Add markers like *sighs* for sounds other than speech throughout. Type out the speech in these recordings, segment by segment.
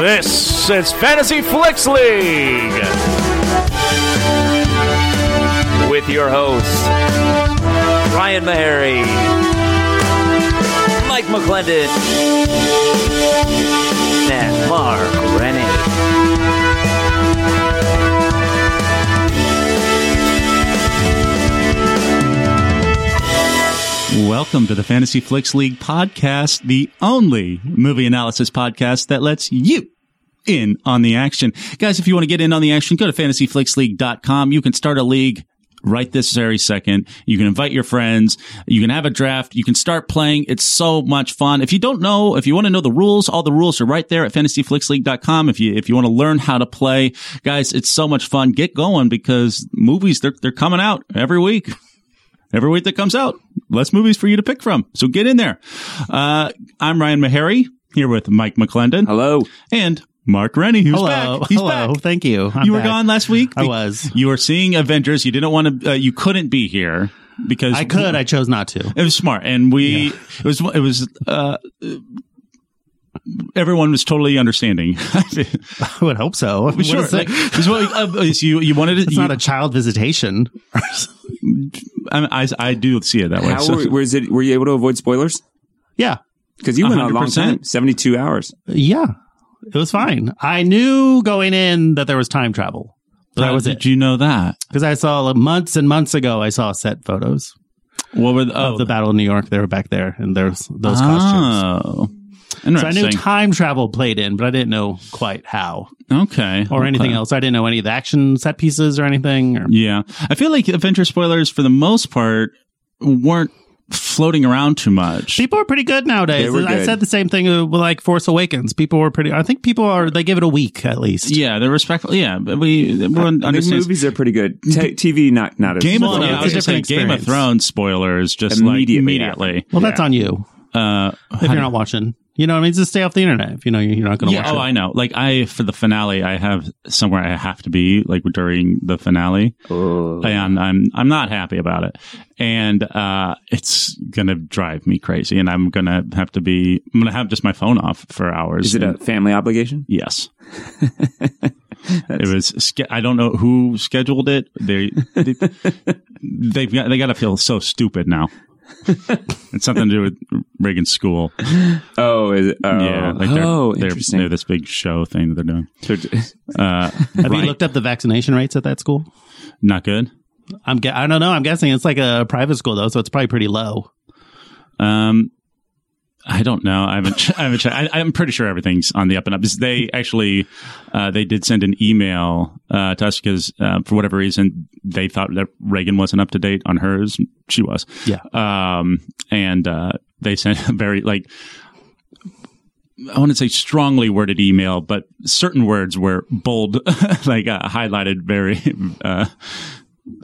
This is Fantasy Flicks League with your hosts, Ryan Mahary, Mike McClendon, and Mark Rennie. Welcome to the Fantasy Flicks League podcast, the only movie analysis podcast that lets you in on the action. Guys, if you want to get in on the action, go to fantasyflicksleague.com. You can start a league right this very second. You can invite your friends. You can have a draft. You can start playing. It's so much fun. If you don't know, if you want to know the rules, all the rules are right there at fantasyflicksleague.com. If you, if you want to learn how to play, guys, it's so much fun. Get going because movies, they're, they're coming out every week every week that comes out. Less movies for you to pick from. So get in there. Uh, I'm Ryan Meharry here with Mike McClendon. Hello. And Mark Rennie, who's Hello, back. He's hello. back. Thank you. I'm You were back. gone last week. I Be- was. You were seeing Avengers. You didn't want to. Uh, you couldn't be here because I could. I chose not to. *laughs* It was smart, and we. It was. It was. Uh, everyone was totally understanding. *laughs* I would hope so. What sure. is it? like, *laughs* it was what- uh, it's you you wanted it. it's You, not a child visitation. I, I I do see it that way. How so- were, was it? Were you able to avoid spoilers? yeah, Because you went on a long 100%. time, seventy-two hours. yeah. It was fine. I knew going in that there was time travel, but I How was did you know that? because I saw like, months and months ago. I saw set photos What were the, oh, of the Battle of New York. They were back there, and there's those costumes. Oh. So I Interesting. knew time travel played in, but I didn't know quite how okay. or okay. anything else. I didn't know any of the action set pieces or anything. Or, Yeah. I feel like adventure spoilers, for the most part, weren't floating around too much. People are pretty good They nowadays. were I good. said the same thing uh, with like Force Awakens. People were pretty. I think people are. They give it a week at least. Yeah, they're respectful. Yeah, but we everyone I think understands. movies are pretty good. T- TV, not not as Game of Well, Thrones. yeah, I it's was a gonna say different Game of experience. Thrones spoilers just Immediately like immediately. Well, that's on you Uh, if you're not watching. You know, what I mean, just stay off the internet if you know you're you're not going to yeah, watch oh, it. I know. Like I for the finale, I have somewhere I have to be like during the finale. and I'm I'm not happy about it, and uh, it's gonna drive me crazy, and I'm gonna have to be I'm gonna have just my phone off for hours. Is it a And- family obligation? *laughs* Yes. it was. sch- I don't know who scheduled it. They, *laughs* they they've got they got to feel so stupid now. it's something to do with Reagan's school. Oh, is it? Oh, yeah, like they're, oh, they're, interesting. they're this big show thing that they're doing. *laughs* Uh, Have you looked up the vaccination rates at that school? not good. I'm. Gu- I don't know. I'm guessing it's like a private school though, so it's probably pretty low. Um, I don't know. I haven't. Ch- I haven't. Ch- I, I'm pretty sure everything's on the up and up. They actually, uh, they did send an email uh, to us because uh, for whatever reason they thought that Reagan wasn't up to date on hers. She was. Yeah. Um, and uh, they sent a very like. I want to say strongly worded email, but certain words were bold, *laughs* like uh, highlighted very uh,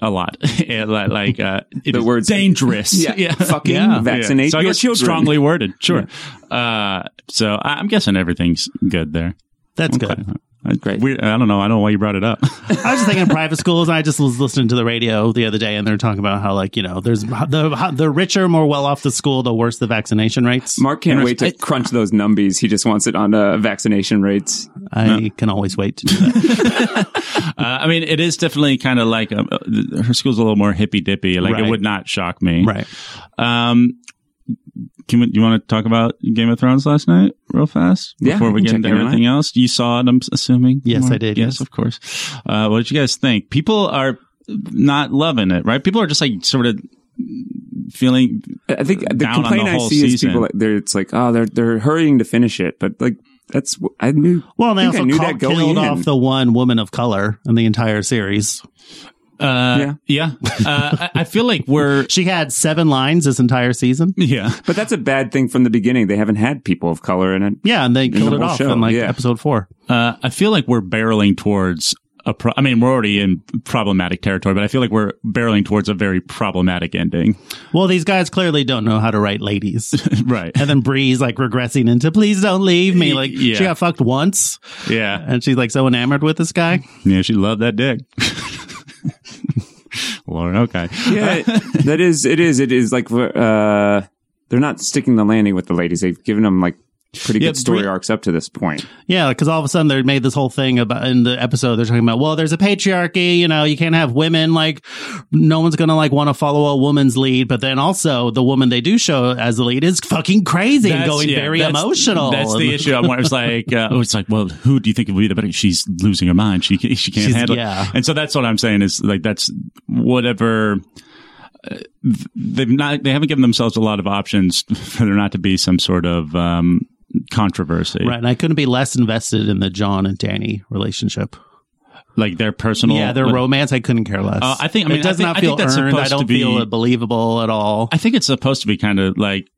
a lot. *laughs* And, li- like uh, it *laughs* The is words- dangerous. *laughs* Yeah. Fucking vaccinate So I your guess children. Strongly worded, sure. Uh, so I, I'm guessing everything's good there. That's good. Great. Weird, I don't know. I don't know why you brought it up. *laughs* I was just thinking private schools. I just was listening to the radio the other day, and they're talking about how like you know, there's the the richer, more well off the school, the worse the vaccination rates. Mark can't wait to crunch those numbies. He just wants it on uh, vaccination rates. I can always wait to do that. uh, I mean, it is definitely kind of like um, uh, th- her school's a little more hippy dippy. Like it Right. would not shock me. right. Um, can we, you want to talk about Game of Thrones last night, real fast, Yeah, before I we can get check into in on everything else? You saw it, I'm assuming. Yes, Mark? I did, Yes, yes. of course. Uh, what did you guys think? People are not loving it, right? People are just like sort of feeling I think the Down on the complaint I whole see is season. people like they're it's like oh they're they're hurrying to finish it, but like that's wh- I knew. Well, and I they think I also knew ca- that going killed in. off the one woman of color in the entire series. Uh, yeah. Uh, I, I feel like we're. *laughs* She had seven lines this entire season. Yeah. But that's a bad thing from the beginning. They haven't had people of color in it. Yeah, and they killed the it whole off show, in like yeah. episode four. Uh, I feel like we're barreling towards a pro- I mean, we're already in problematic territory, but I feel like we're barreling towards a very problematic ending. Well, these guys clearly don't know how to write *laughs* ladies. right. and then Bree's like regressing into please don't leave me. Like Yeah. she got fucked once *laughs* Yeah. and she's like so enamored with this guy. Yeah. She loved that dick. *laughs* Lauren, okay. yeah, *laughs* that is it is it is like uh they're not sticking the landing with the ladies. They've given them like pretty Yeah, good story Bre- arcs up to this point. Yeah, because all of a sudden they made this whole thing about in the episode. They're talking about, well, there's a patriarchy. You know, you can't have women. Like, no one's gonna like want to follow a woman's lead. But then also the woman they do show as the lead is fucking crazy and That's- going yeah, very that's- emotional. That's the issue. I want- It's like, uh, it's like, well, who do you think would be the better? She's losing her mind. She ca- she can't She's- handle. yeah. it. And so that's what I'm saying is like that's whatever. uh, th- They've not. They haven't given themselves a lot of options *laughs* for there not to be some sort of um, controversy, Right, and I couldn't be less invested in the John and Danny relationship. Like their personal, yeah, their like, romance, I couldn't care less. Uh, I think- I mean, it does I think- not I think feel that's earned. I supposed to don't be- feel it believable at all. I think it's supposed to be kind of like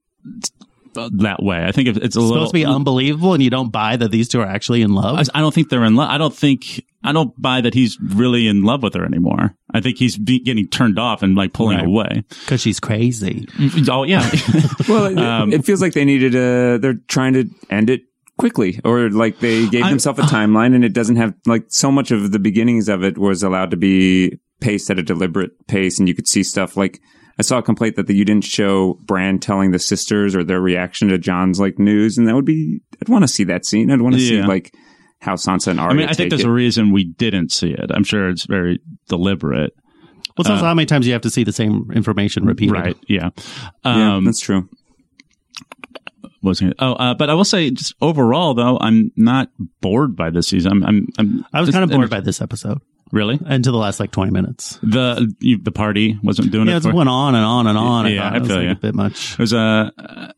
uh, that way. I think it's a It's little supposed to be unbelievable, and you don't buy that these two are actually in love. I I don't think they're in love. I don't think I don't buy that he's really in love with her anymore. I think he's be- getting turned off and like pulling Right. away. because she's crazy. Mm, Oh yeah, Well, it- Um, uh, it feels like they needed a. They're trying to end it quickly, or like they gave I'm- themselves a timeline, and it doesn't have like so much of the beginnings of it was allowed to be paced at a deliberate pace, and you could see stuff like I saw a complaint that the, you didn't show Brand telling the sisters or their reaction to John's like news, and that would be I'd want to see that scene. I'd want to see Yeah. like how Sansa and *laughs* Arya. I mean I think take there's it. a reason we didn't see it. I'm sure it's very deliberate. Well, it's also how many times you have to see the same information repeated. Uh, Right? Yeah. yeah, Um, that's true. was it? Oh, uh, but I will say, just overall though, I'm not bored by this season. I'm. I'm, I'm I was just- kind of bored by this episode Really, until the last like 20 minutes. the you, the party wasn't doing Yeah, it. it for- went on and on and on. Yeah, thought I it was, feel like, ya. a bit much. It was uh,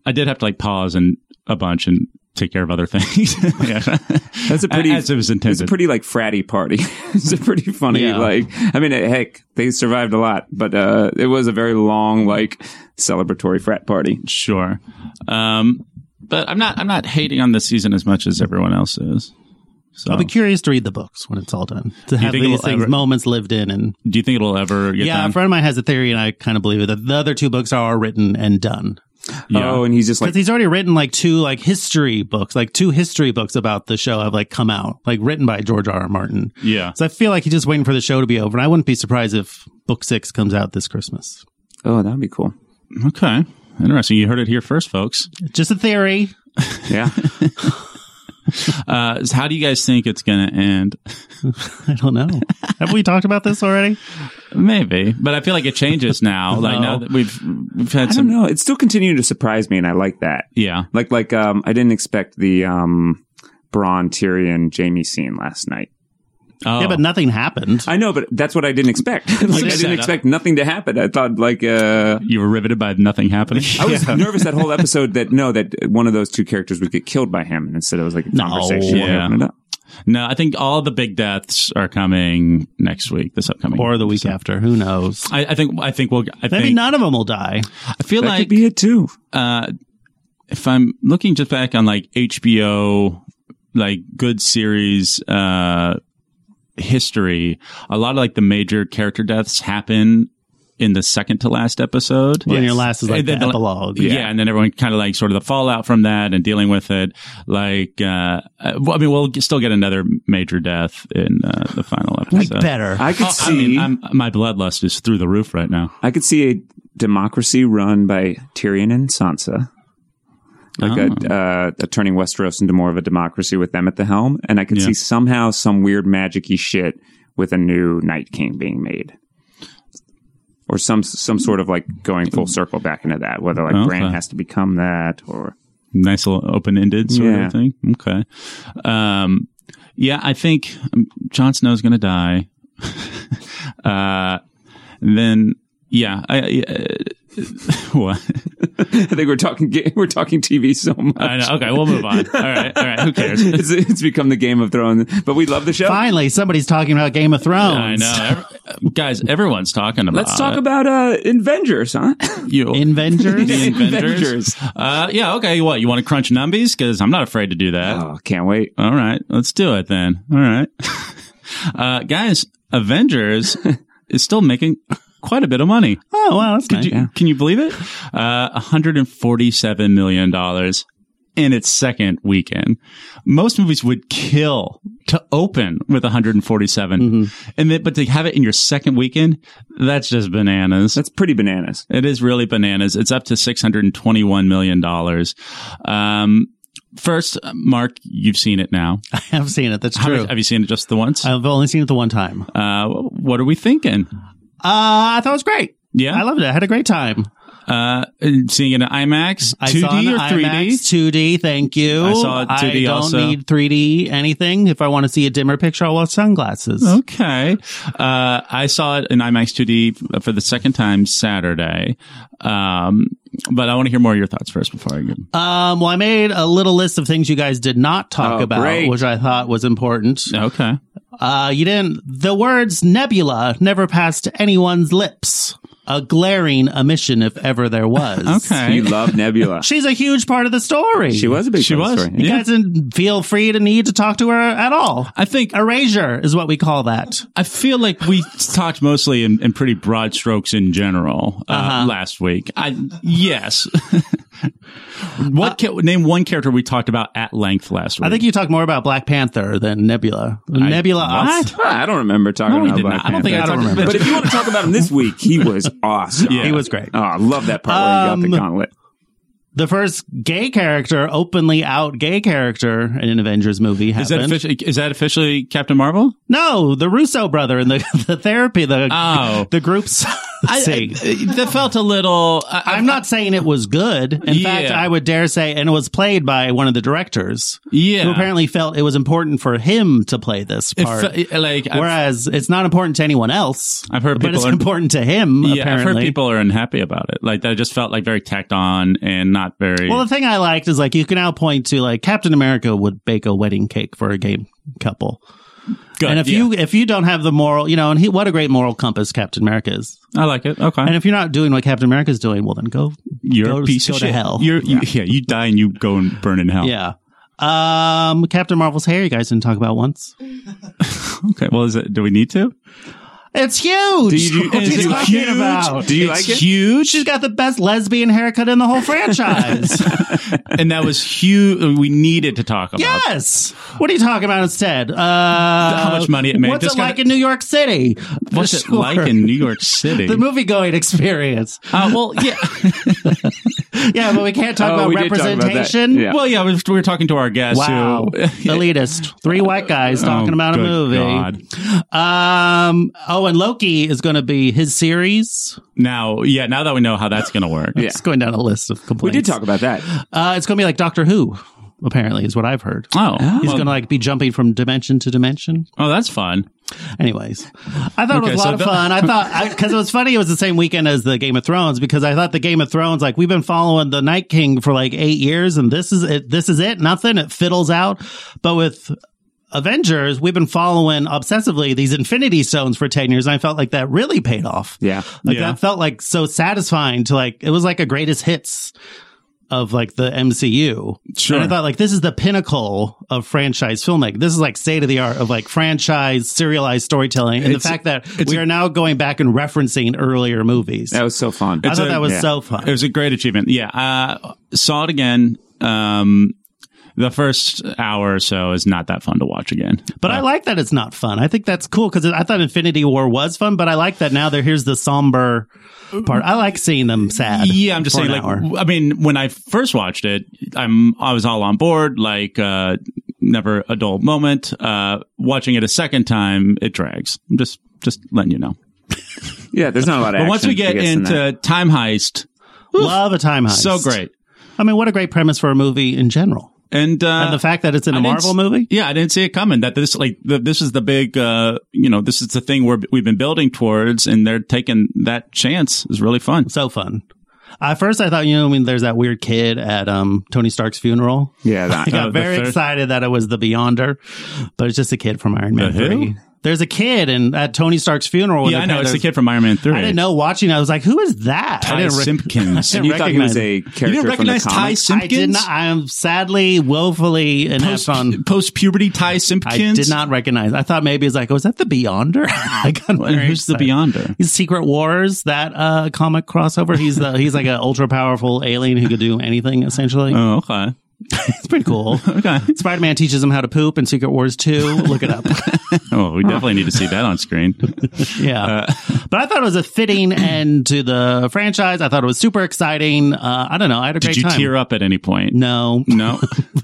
I did have to like pause and a bunch and take care of other things. *laughs* yeah. *laughs* That's a pretty. as it was intended. It's a pretty like fratty party. *laughs* it's a pretty funny Yeah. like. I mean, heck, they survived a lot, but uh, it was a very long like celebratory frat party. Sure. Um, but I'm not I'm not hating on this season as much as everyone else is. So I'll be curious to read the books when it's all done to have um, think these it'll things, ever- moments lived in. And do you think it'll ever get yeah, done? a friend of mine has a theory, and I kind of believe it that the other two books are written and done. Yeah. Oh, and he's just Because like, he's already written like two like history books, like two history books about the show have like come out, like written by George R. R. Martin. yeah. So I feel like he's just waiting for the show to be over, and I wouldn't be surprised if book six comes out this Christmas. oh, that'd be cool. Okay. Interesting. You heard it here first, folks. Just a theory. Yeah, Uh, so how do you guys think it's going to end? *laughs* I don't know. have we talked about this already? Maybe, but I feel like it changes *laughs* now. Like now that we've we've had I some. don't know. It's still continuing to surprise me, and I like that. Yeah. Like, like um, I didn't expect the um, Braun Tyrion Jamie scene last night. Oh. Yeah, but nothing happened. I know, but that's what I didn't expect. *laughs* like, I just didn't set up. expect nothing to happen. I thought like. Uh, you were riveted by nothing happening. *laughs* I was nervous that whole episode that no, that one of those two characters would get killed by him, and instead it was like a conversation. Yeah. Open it up. no, I think all the big deaths are coming next week, this upcoming. or the week after. Who knows? I, I think I think we'll. I Maybe think none of them will die. I feel That like could be it too. uh, if I'm looking just back on like HBO, like good series uh, history, a lot of like the major character deaths happen in the second to last episode. When your last is like And the then the- epilogue. Yeah. and then everyone kind of like sort of the fallout from that and dealing with it. Like, uh, uh, well, I mean, we'll g- still get another major death in uh, the final Like episode. better. I could Oh, I see. mean, I'm, my bloodlust is through the roof right now. I could see a democracy run by Tyrion and Sansa, like Oh. a, uh, a turning Westeros into more of a democracy with them at the helm, and I could Yeah. see somehow some weird magicy shit with a new Night King being made, or some some sort of like going full circle back into that. Whether like Mm. Okay. Bran has to become that, or nice little open ended sort Yeah. of thing. Okay. Um, yeah, I think um, Jon Snow's going to die. *laughs* uh, then yeah, I, uh, *laughs* what? I think we're talking ga- *laughs* we're talking TV so much. *laughs* I know. Okay, we'll move on. All right, all right. Who *laughs* cares? it's, it's become the Game of Thrones, but we love the show. Finally, somebody's talking about Game of Thrones. I know, Every- guys. Everyone's talking about. Let's talk it. about uh, Avengers, *laughs* huh? you. *laughs* the Inventors. Avengers. Uh, yeah. Okay. What you want to crunch numbies? Because I'm not afraid to do that. oh, can't wait. All right, let's do it then. All right, uh, guys. Avengers is still making quite a bit of money. oh, wow. That's Could nice. you, Can you believe it? Uh, $147 million in its second weekend. Most movies would kill to open with 147. And then, but to have it in your second weekend, that's just bananas. That's pretty bananas. it is really bananas. It's up to $621 million. Um, First, Mark, you've seen it now. I have seen it. That's How true. many- have you seen it just the once? I've only seen it the one time. Uh, Uh, what are we thinking? I thought it was great. Yeah. I loved it. I had a great time. Uh, seeing it in IMAX, I two saw it D in or three D? IMAX, 2D, thank you. I saw it 2D I don't also. need 3D anything. If I want to see a dimmer picture, I'll watch sunglasses. Oh, Okay. Uh, I saw it in IMAX 2D f- for the second time Saturday. Um, but I want to hear more of your thoughts first before I go. Um, well, I made a little list of things you guys did not talk Oh, about, great. which I thought was important. Okay. Uh, you didn't. The words nebula never passed anyone's lips. A glaring omission, if ever there was. *laughs* Okay. You love Nebula. She's a huge part of the story. she was a *laughs* big She part of the was. story. You Yeah. guys didn't feel free to need to talk to her at all. I think Erasure is what we call that. I feel like we talked mostly in, in pretty broad strokes in general uh, Uh-huh. last week. I yes. *laughs* what ca- name one character we talked about at length last week? Uh, I think you talked more about Black Panther than Nebula. Nebula, us. Huh, I don't remember talking No, we about did Black not. I don't think I, Panther. talked don't But remember. But if you want to talk about *laughs* him this week, he was awesome. Yeah. He was great. Oh, I love that part where Um, he got the gauntlet. The first gay character, openly out gay character in an Avengers movie is that happened. officially, is that officially Captain Marvel? no, the Russo brother in the, *laughs* the therapy, the Oh. the *laughs* groups. See, that felt a little. I, am not saying it was good. In fact, Yeah. I would dare say, and it was played by one of the directors yeah. who apparently felt it was important for him to play this It part. fe- like I've- Whereas it's not important to anyone else. I've heard but people it's are- important to him. yeah, apparently. I've heard people are unhappy about it. Like that just felt like very tacked on and not very. Well, the thing I liked is like you can now point to like Captain America would bake a wedding cake for a gay couple, good. and if yeah. you if you don't have the moral, you know, and he what a great moral compass Captain America is, I like it. Okay, and if you're not doing what Captain America is doing, well then go you're go, a piece go of to shit. hell. You're, you, yeah. you die and you go and burn in hell. yeah. Um, Captain Marvel's hair you guys didn't talk about once. Okay. Well, is it? Do we need to? It's huge. Do you- what are is you it talking huge? about? Do you it's like it? huge, She's got the best lesbian haircut in the whole franchise. and that was huge. We needed to talk about. Yes. What are you talking about instead? Uh, How How much money it made. What's Just it gotta- like in New York City? What's *laughs* Sure. it like in New York City? the movie going experience? uh, well, *laughs* yeah. Yeah, but we can't talk Oh, about we did talk about that. representation. Yeah. Well, yeah. We were- we were talking to our guest. *laughs* Wow, Who, elitist. Three white guys talking Oh, about a good movie. God. Um. Oh, and Loki is going to be his series. now, yeah. Now that we know how that's going to work. Yeah. It's going down a list of We complaints. did talk about that. Uh, it's going to be like Doctor Who. Apparently, is what I've heard. Ah. Oh, He's well, going to like be jumping from dimension to dimension. oh, that's fun. Anyways, I thought Okay, it was a lot so of the- fun. I thought because it was funny. It was the same weekend as the Game of Thrones because I thought the Game of Thrones like we've been following the Night King for like eight years and this is it. This is it. Nothing. It fiddles out. But with Avengers, we've been following obsessively these Infinity Stones for ten years, and I felt like that really paid off. Yeah. Like Yeah. that felt like so satisfying to like it was like a greatest hits of like the MCU. Sure. And I thought like this is the pinnacle of franchise filmmaking. This is like state of the art of like franchise serialized storytelling and It's- the fact that it's we a- are now going back and referencing earlier movies. That was so fun. I thought that was yeah. so fun. It was a great achievement. Yeah. Uh, saw it again. Um, the first hour or so is not that fun to watch again. But I like that it's not fun. I think that's cool because I thought Infinity War was fun, but I like that now there here's the somber part. I like seeing them sad. Yeah, I'm just for saying. an Like, hour. w- I mean, when I first watched it, I'm I was all on board. Like, uh, never a dull moment. Uh, watching it a second time, it drags. I'm just just letting you know. Yeah, there's not a lot of But once action, we I get guess, in that. into time heist, love a time heist. so great. I mean, what a great premise for a movie in general. And, uh, And the fact that it's in a I didn't Marvel s- movie? Yeah, I didn't see it coming. That this like the, this is the big uh you know this is the thing we're, we've been building towards, and they're taking that chance is really fun. So fun. At first, I thought, you know, I mean, there's that weird kid at um, Tony Stark's funeral. Yeah, *laughs* that. I got Oh, the very third- excited that it was the Beyonder, but it's just a kid from Iron Man The who? 3. There's a kid and at Tony Stark's funeral. when Yeah, they I know play it's the those- kid from Iron Man Three. I didn't know watching. I was like, who is that? Ty I didn't re- Simpkins. *laughs* I and you thought he recognize- was a you character didn't recognize from the Ty comics? I did Simpkins? not. I am sadly, willfully inept on. Post puberty Ty I Simpkins. did not recognize. I thought maybe it's like, oh, is that the Beyonder? *laughs* I got And very who's the excited. Beyonder? He's Secret Wars, that uh, comic crossover. He's the he's like an ultra powerful alien who could do anything essentially. Oh, okay. it's pretty cool. *laughs* Okay. Spider Man teaches them how to poop in Secret Wars 2. *laughs* Look it up. Oh, we definitely need to see that on *laughs* screen. yeah. Uh, but I thought it was a fitting end to the franchise. I thought it was super exciting. Uh, I don't know. I had a Did great you time. tear up at any point? *laughs* No. *laughs* No.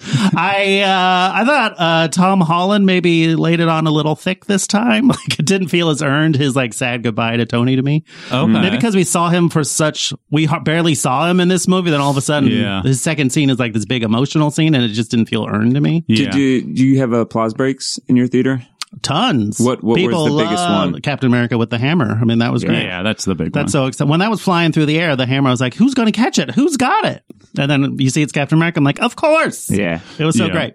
I uh, I thought uh, Tom Holland maybe laid it on a little thick this time. *laughs* Like it didn't feel as earned his like sad goodbye to Tony to me. Okay. Maybe because we saw him for such we har- barely saw him in this movie. Then all of a sudden, Yeah. his second scene is like this big emotional scene, and it just didn't feel earned to me. yeah. Did you do you have applause breaks in your theater? Tons. What- what was people the biggest loved one? Captain America with the hammer. I mean, that was yeah, great. yeah, that's the big That's one. so exciting. When that was flying through the air, the hammer, I was like, "Who's going to catch it? Who's got it?" And then you see it's Captain America. I'm like, "Of course!" Yeah. it was so Yeah. great.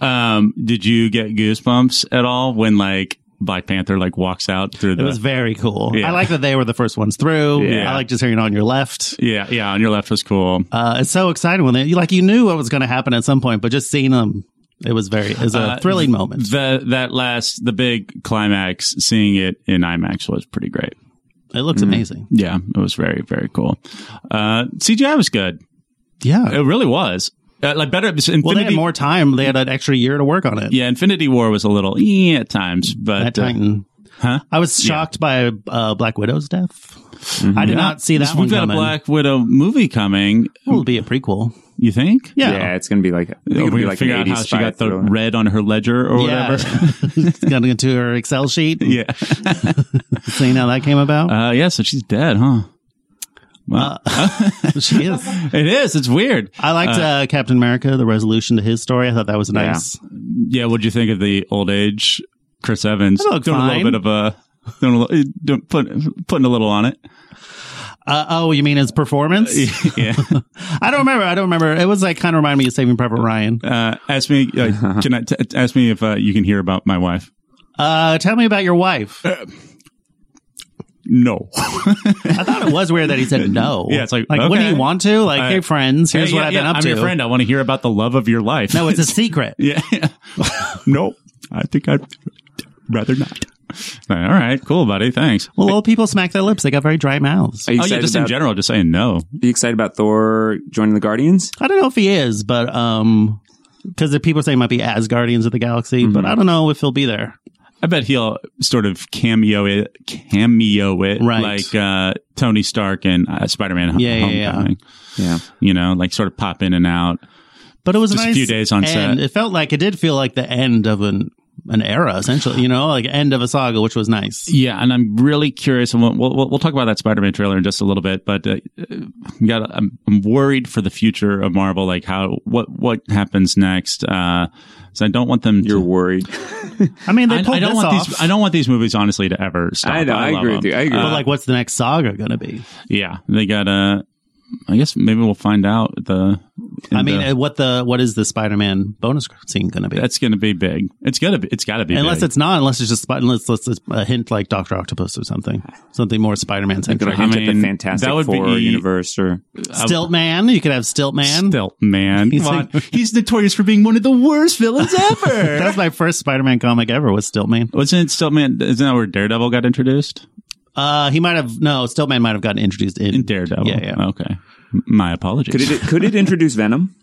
um, did you get goosebumps at all when like Black Panther like walks out through It the was very cool. Yeah. I like that they were the first ones through. Yeah. I like just hearing on your left. Yeah, yeah, on your left was cool. Uh, it's so exciting when they like you knew what was going to happen at some point, but just seeing them, it was very it was a Uh, thrilling moment. The that last the big climax, seeing it in IMAX was pretty great. It looks Mm-hmm. amazing. Yeah, it was very very cool. Uh, CGI was good. Yeah. It really was. Uh, like better. Infinity, well, they had more time. They had an extra year to work on it. Yeah, Infinity War was a little eh, at times, but That uh, Titan. huh? I was shocked by uh, Black Widow's death. I did not see that one Mm-hmm. uh, We've got coming. a Black Widow movie coming. It'll be a prequel. You think? Yeah. Yeah, it's gonna be like I think Are it'll we be gonna like an figure out 80s how she spy got the thriller. red on her ledger or Yeah. *laughs* whatever. Got into her Excel sheet, and Yeah. seeing how that came about. Uh, yeah. So she's dead, huh? Well, Uh, *laughs* Uh. she is. it is. It's weird. I liked uh, Captain America, the resolution to his story. I thought that was nice. Yeah, what'd you think of the old age Chris Evans? It looked doing a fine. little bit of a doing a, li- doing, put, putting a little on *laughs* it. Uh, oh, you mean his performance? yeah. I don't remember. I don't remember. It was like kind of reminded me of Saving Private Ryan. *laughs* Uh, ask me. *laughs* Uh, can I t- t- ask me if uh, you can hear about my wife? Uh, tell me about your wife. No. I thought it was weird that he said no. *laughs* Yeah, it's like, when do okay. you want to? Like, Uh, hey, friends, *laughs* here's Hey, what yeah, I've been yeah, up I'm to. your friend. I want to hear about the love of your life. No, it's a secret. *laughs* yeah. nope. I think I'd rather not. All right. Cool, buddy. Thanks. well, old people smack their lips. They got very dry mouths. Are you Oh yeah, excited just in about, general, just saying no. Are you excited about Thor joining the Guardians? I don't know if he is, but um, because the people say he might be as Guardians of the Galaxy, Mm-hmm. but I don't know if he'll be there. I bet he'll sort of cameo it, cameo it, Right. like uh, Tony Stark and uh, Spider Man Yeah, yeah, yeah. Homecoming. Yeah. You know, like sort of pop in and out. But it was Just a nice few days on end. set. It felt like it did feel like the end of an an era, essentially. You know, like end of a saga, which was nice. Yeah, and I'm really curious, and we'll we'll, we'll talk about that Spider Man trailer in just a little bit. But uh, I'm got I'm, I'm worried for the future of Marvel, like how what what happens next. Uh, so I don't want them. You're to, *laughs* worried. I mean, they I, pulled I don't this want off. these. I don't want these movies, honestly, to ever stop. I know, I love Uh, agree with them. you. I agree. but like, what's the next saga going to be? Yeah, they got Uh, I guess maybe we'll find out at the. in I mean, the- uh what the what is the Spider-Man bonus scene going to be? that's going to be big. It's gonna be. It's got to be. unless big. it's not, unless it's just Spi- unless let's just a hint like Doctor Octopus or something, something more Spider-Man centric. I Hint at mean, the Fantastic that would Four be- universe or Stilt Man, you could have Stilt Man. Stilt man. He's, like- he's notorious for being one of the worst villains ever. That was my first Spider-Man comic ever was Stilt Man. Wasn't it still man? Isn't that where Daredevil got introduced? Uh, he might have no Stilt Man might have gotten introduced in, In Daredevil. Yeah, yeah. Okay. M- My apologies. could it could it introduce *laughs* Venom?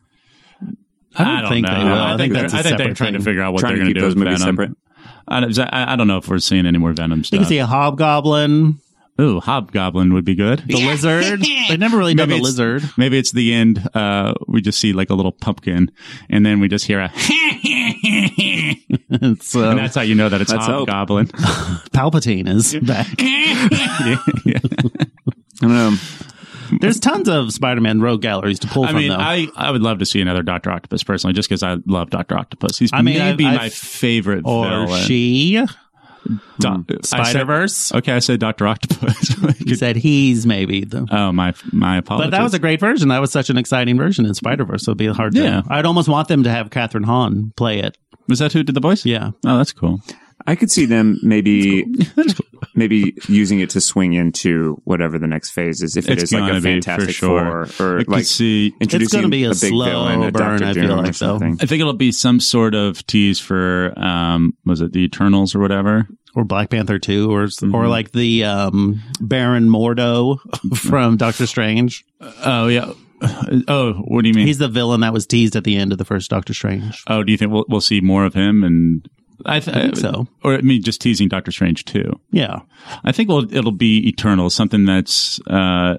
I don't think they will. I, I think think they're. that's a I think they're separate trying to thing. figure out what Trying they're going to keep do those with movies Venom. separate. I, don't- I, I don't know if we're seeing any more Venom You stuff. can see a Hobgoblin, Ooh, Hobgoblin would be good. the lizard. They never really done the it's- lizard. *laughs* Maybe it's the end. Uh, we just see like a little pumpkin, and then we just hear a, *laughs* It's and uh, that's how you know that it's Let's hope. Hobgoblin. *laughs* *laughs* Palpatine is back. Yeah. I *laughs* don't know. There's tons of Spider-Man rogue galleries to pull I from, mean, though. I, I would love to see another Doctor Octopus personally, just because I love Doctor Octopus. He's I mean, maybe I've- my I've- favorite or villain. she Do- Hmm. I said- Spider Verse. Okay, I said Doctor Octopus. *laughs* You said he's maybe the. oh my, my apologies. But that was a great version. That was such an exciting version in Spider Verse. So it'd be hard. Yeah. to... I'd almost want them to have Catherine Hahn play it. was that who did the voice? Yeah, Oh, that's cool. I could see them maybe *laughs* maybe using it to swing into whatever the next phase is. If it It's is like gonna a be, for Fantastic sure. Four or I could like see- introducing It's gonna be a big slow villain, a burn, Doctor I feel Doom or like, though. something. I think it'll be some sort of tease for um, was it the Eternals or whatever? or Black Panther two, or Mm-hmm. or *laughs* like the um, Baron Mordo from Doctor Strange. Oh yeah, *sighs* Oh, what do you mean? He's the villain that was teased at the end of the first Doctor Strange. oh, do you think we'll we'll see more of him? And I, th- I think so. Or I mean, just teasing Doctor Strange too. Yeah. I think we'll, it'll be eternal, something that's uh,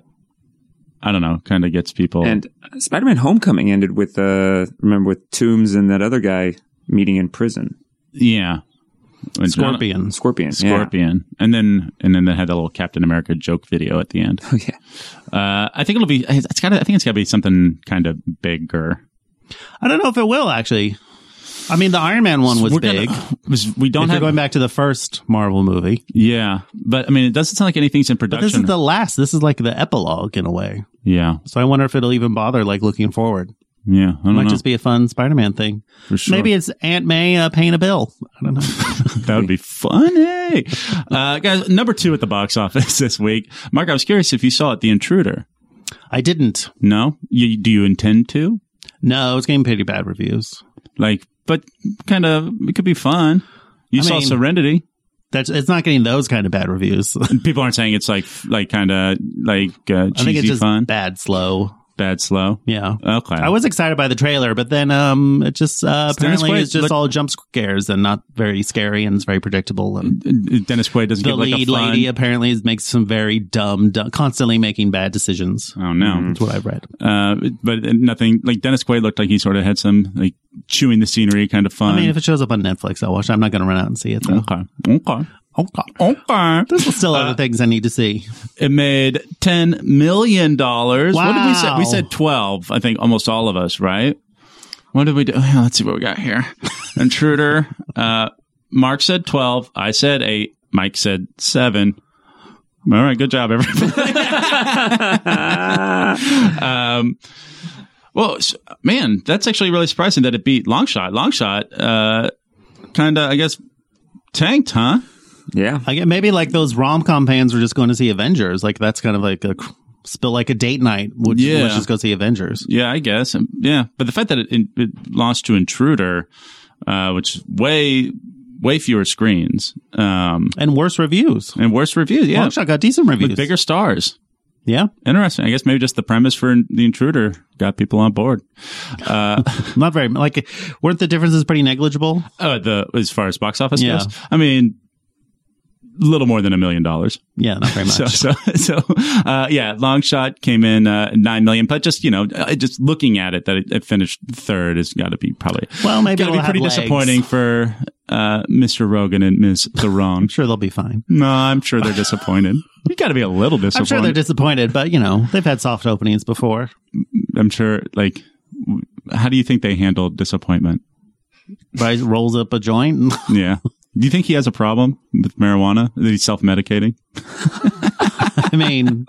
I don't know, kind of gets people. And Spider-Man: Homecoming ended with uh, remember with Toombs and that other guy meeting in prison. yeah, And- Scorpion. Scorpion. yeah. Scorpion, and then and then they had that little Captain America joke video at the end. Oh, yeah. Uh, I think it'll be. It's got. I think it's got to be something kind of bigger. I don't know if it will actually. I mean, the Iron Man one was We're gonna- big. *sighs* was- we *laughs* don't if you're have. going back to the first Marvel movie, Yeah, but I mean, it doesn't sound like anything's in but production. this is the last. This is like the epilogue in a way. yeah, So I wonder if it'll even bother like looking forward. yeah. I It don't might know. just be a fun Spider-Man thing. For Mm-hmm. sure. Maybe it's Aunt May uh, paying a bill. I don't know. *laughs* *laughs* That would be funny. Uh, guys, number two at the box office *laughs* this week. Mark, I was curious if you saw it, The Intruder. I didn't. No? You, do you intend to? No, it's getting pretty bad reviews. Like, but kind of, it could be fun. You I saw mean- Serenity. That's it's not getting those kind of bad reviews. *laughs* People aren't saying it's like, like kind of like uh, cheesy I think it's just fun, Uh, bad slow. bad, slow. Yeah. Okay. I was excited by the trailer, but then um, it just uh, Dennis apparently Quaid it's just look- all jump scares and not very scary and it's very predictable. And Dennis Quaid doesn't the get like lead a fun. lady apparently is- makes some very dumb, dumb, constantly making bad decisions. Mm, Oh no! That's what I've read. Uh, but nothing like Dennis Quaid looked like he sort of had some like chewing the scenery kind of fun. I mean, if it shows up on Netflix, I'll watch. it. I'm not going to run out and see it though. okay, okay, Okay. okay. There's still Uh, other things I need to see. It made ten million dollars. What did we say? Wow. We said twelve. I think almost all of us, right? What did we do? Oh, let's see what we got here. Intruder. Uh, Mark said twelve. I said eight. Mike said seven. All right, good job, everybody. um, well, s- man, that's actually really surprising that it beat Longshot. Longshot, uh, kind of, I guess, tanked, huh? Yeah. I get maybe like those rom com fans were just going to see Avengers. Like that's kind of like a spill like a date night. Which, Yeah. let's just go see Avengers. Yeah, I guess. Um, Yeah, but the fact that it, it, it lost to Intruder, uh, which is way way fewer screens um, And worse reviews. and worse reviews. Yeah, Longshot got decent reviews. with bigger stars. yeah. Interesting. I guess maybe just the premise for the Intruder got people on board. Not very like weren't the differences pretty negligible? Uh, the as far as box office Yeah. goes, I mean, little more than a million dollars. Yeah, *laughs* not very much. So, so, so, uh, yeah, long shot came in, uh, nine million, but just, you know, uh, just looking at it that it, it finished third has got to be probably, Well, maybe got to it'll be have pretty legs. disappointing for, uh, Mr. Rogan and Ms. Theron. *laughs* I'm sure they'll be fine. no, I'm sure they're disappointed. You got to be a little I'm disappointed. sure they're disappointed, but you know they've had soft openings before. I'm sure, like, w- how do you think they handled disappointment? Bryce rolls up a joint. *laughs* Yeah. Do you think he has a problem with marijuana? That he's self-medicating? I mean,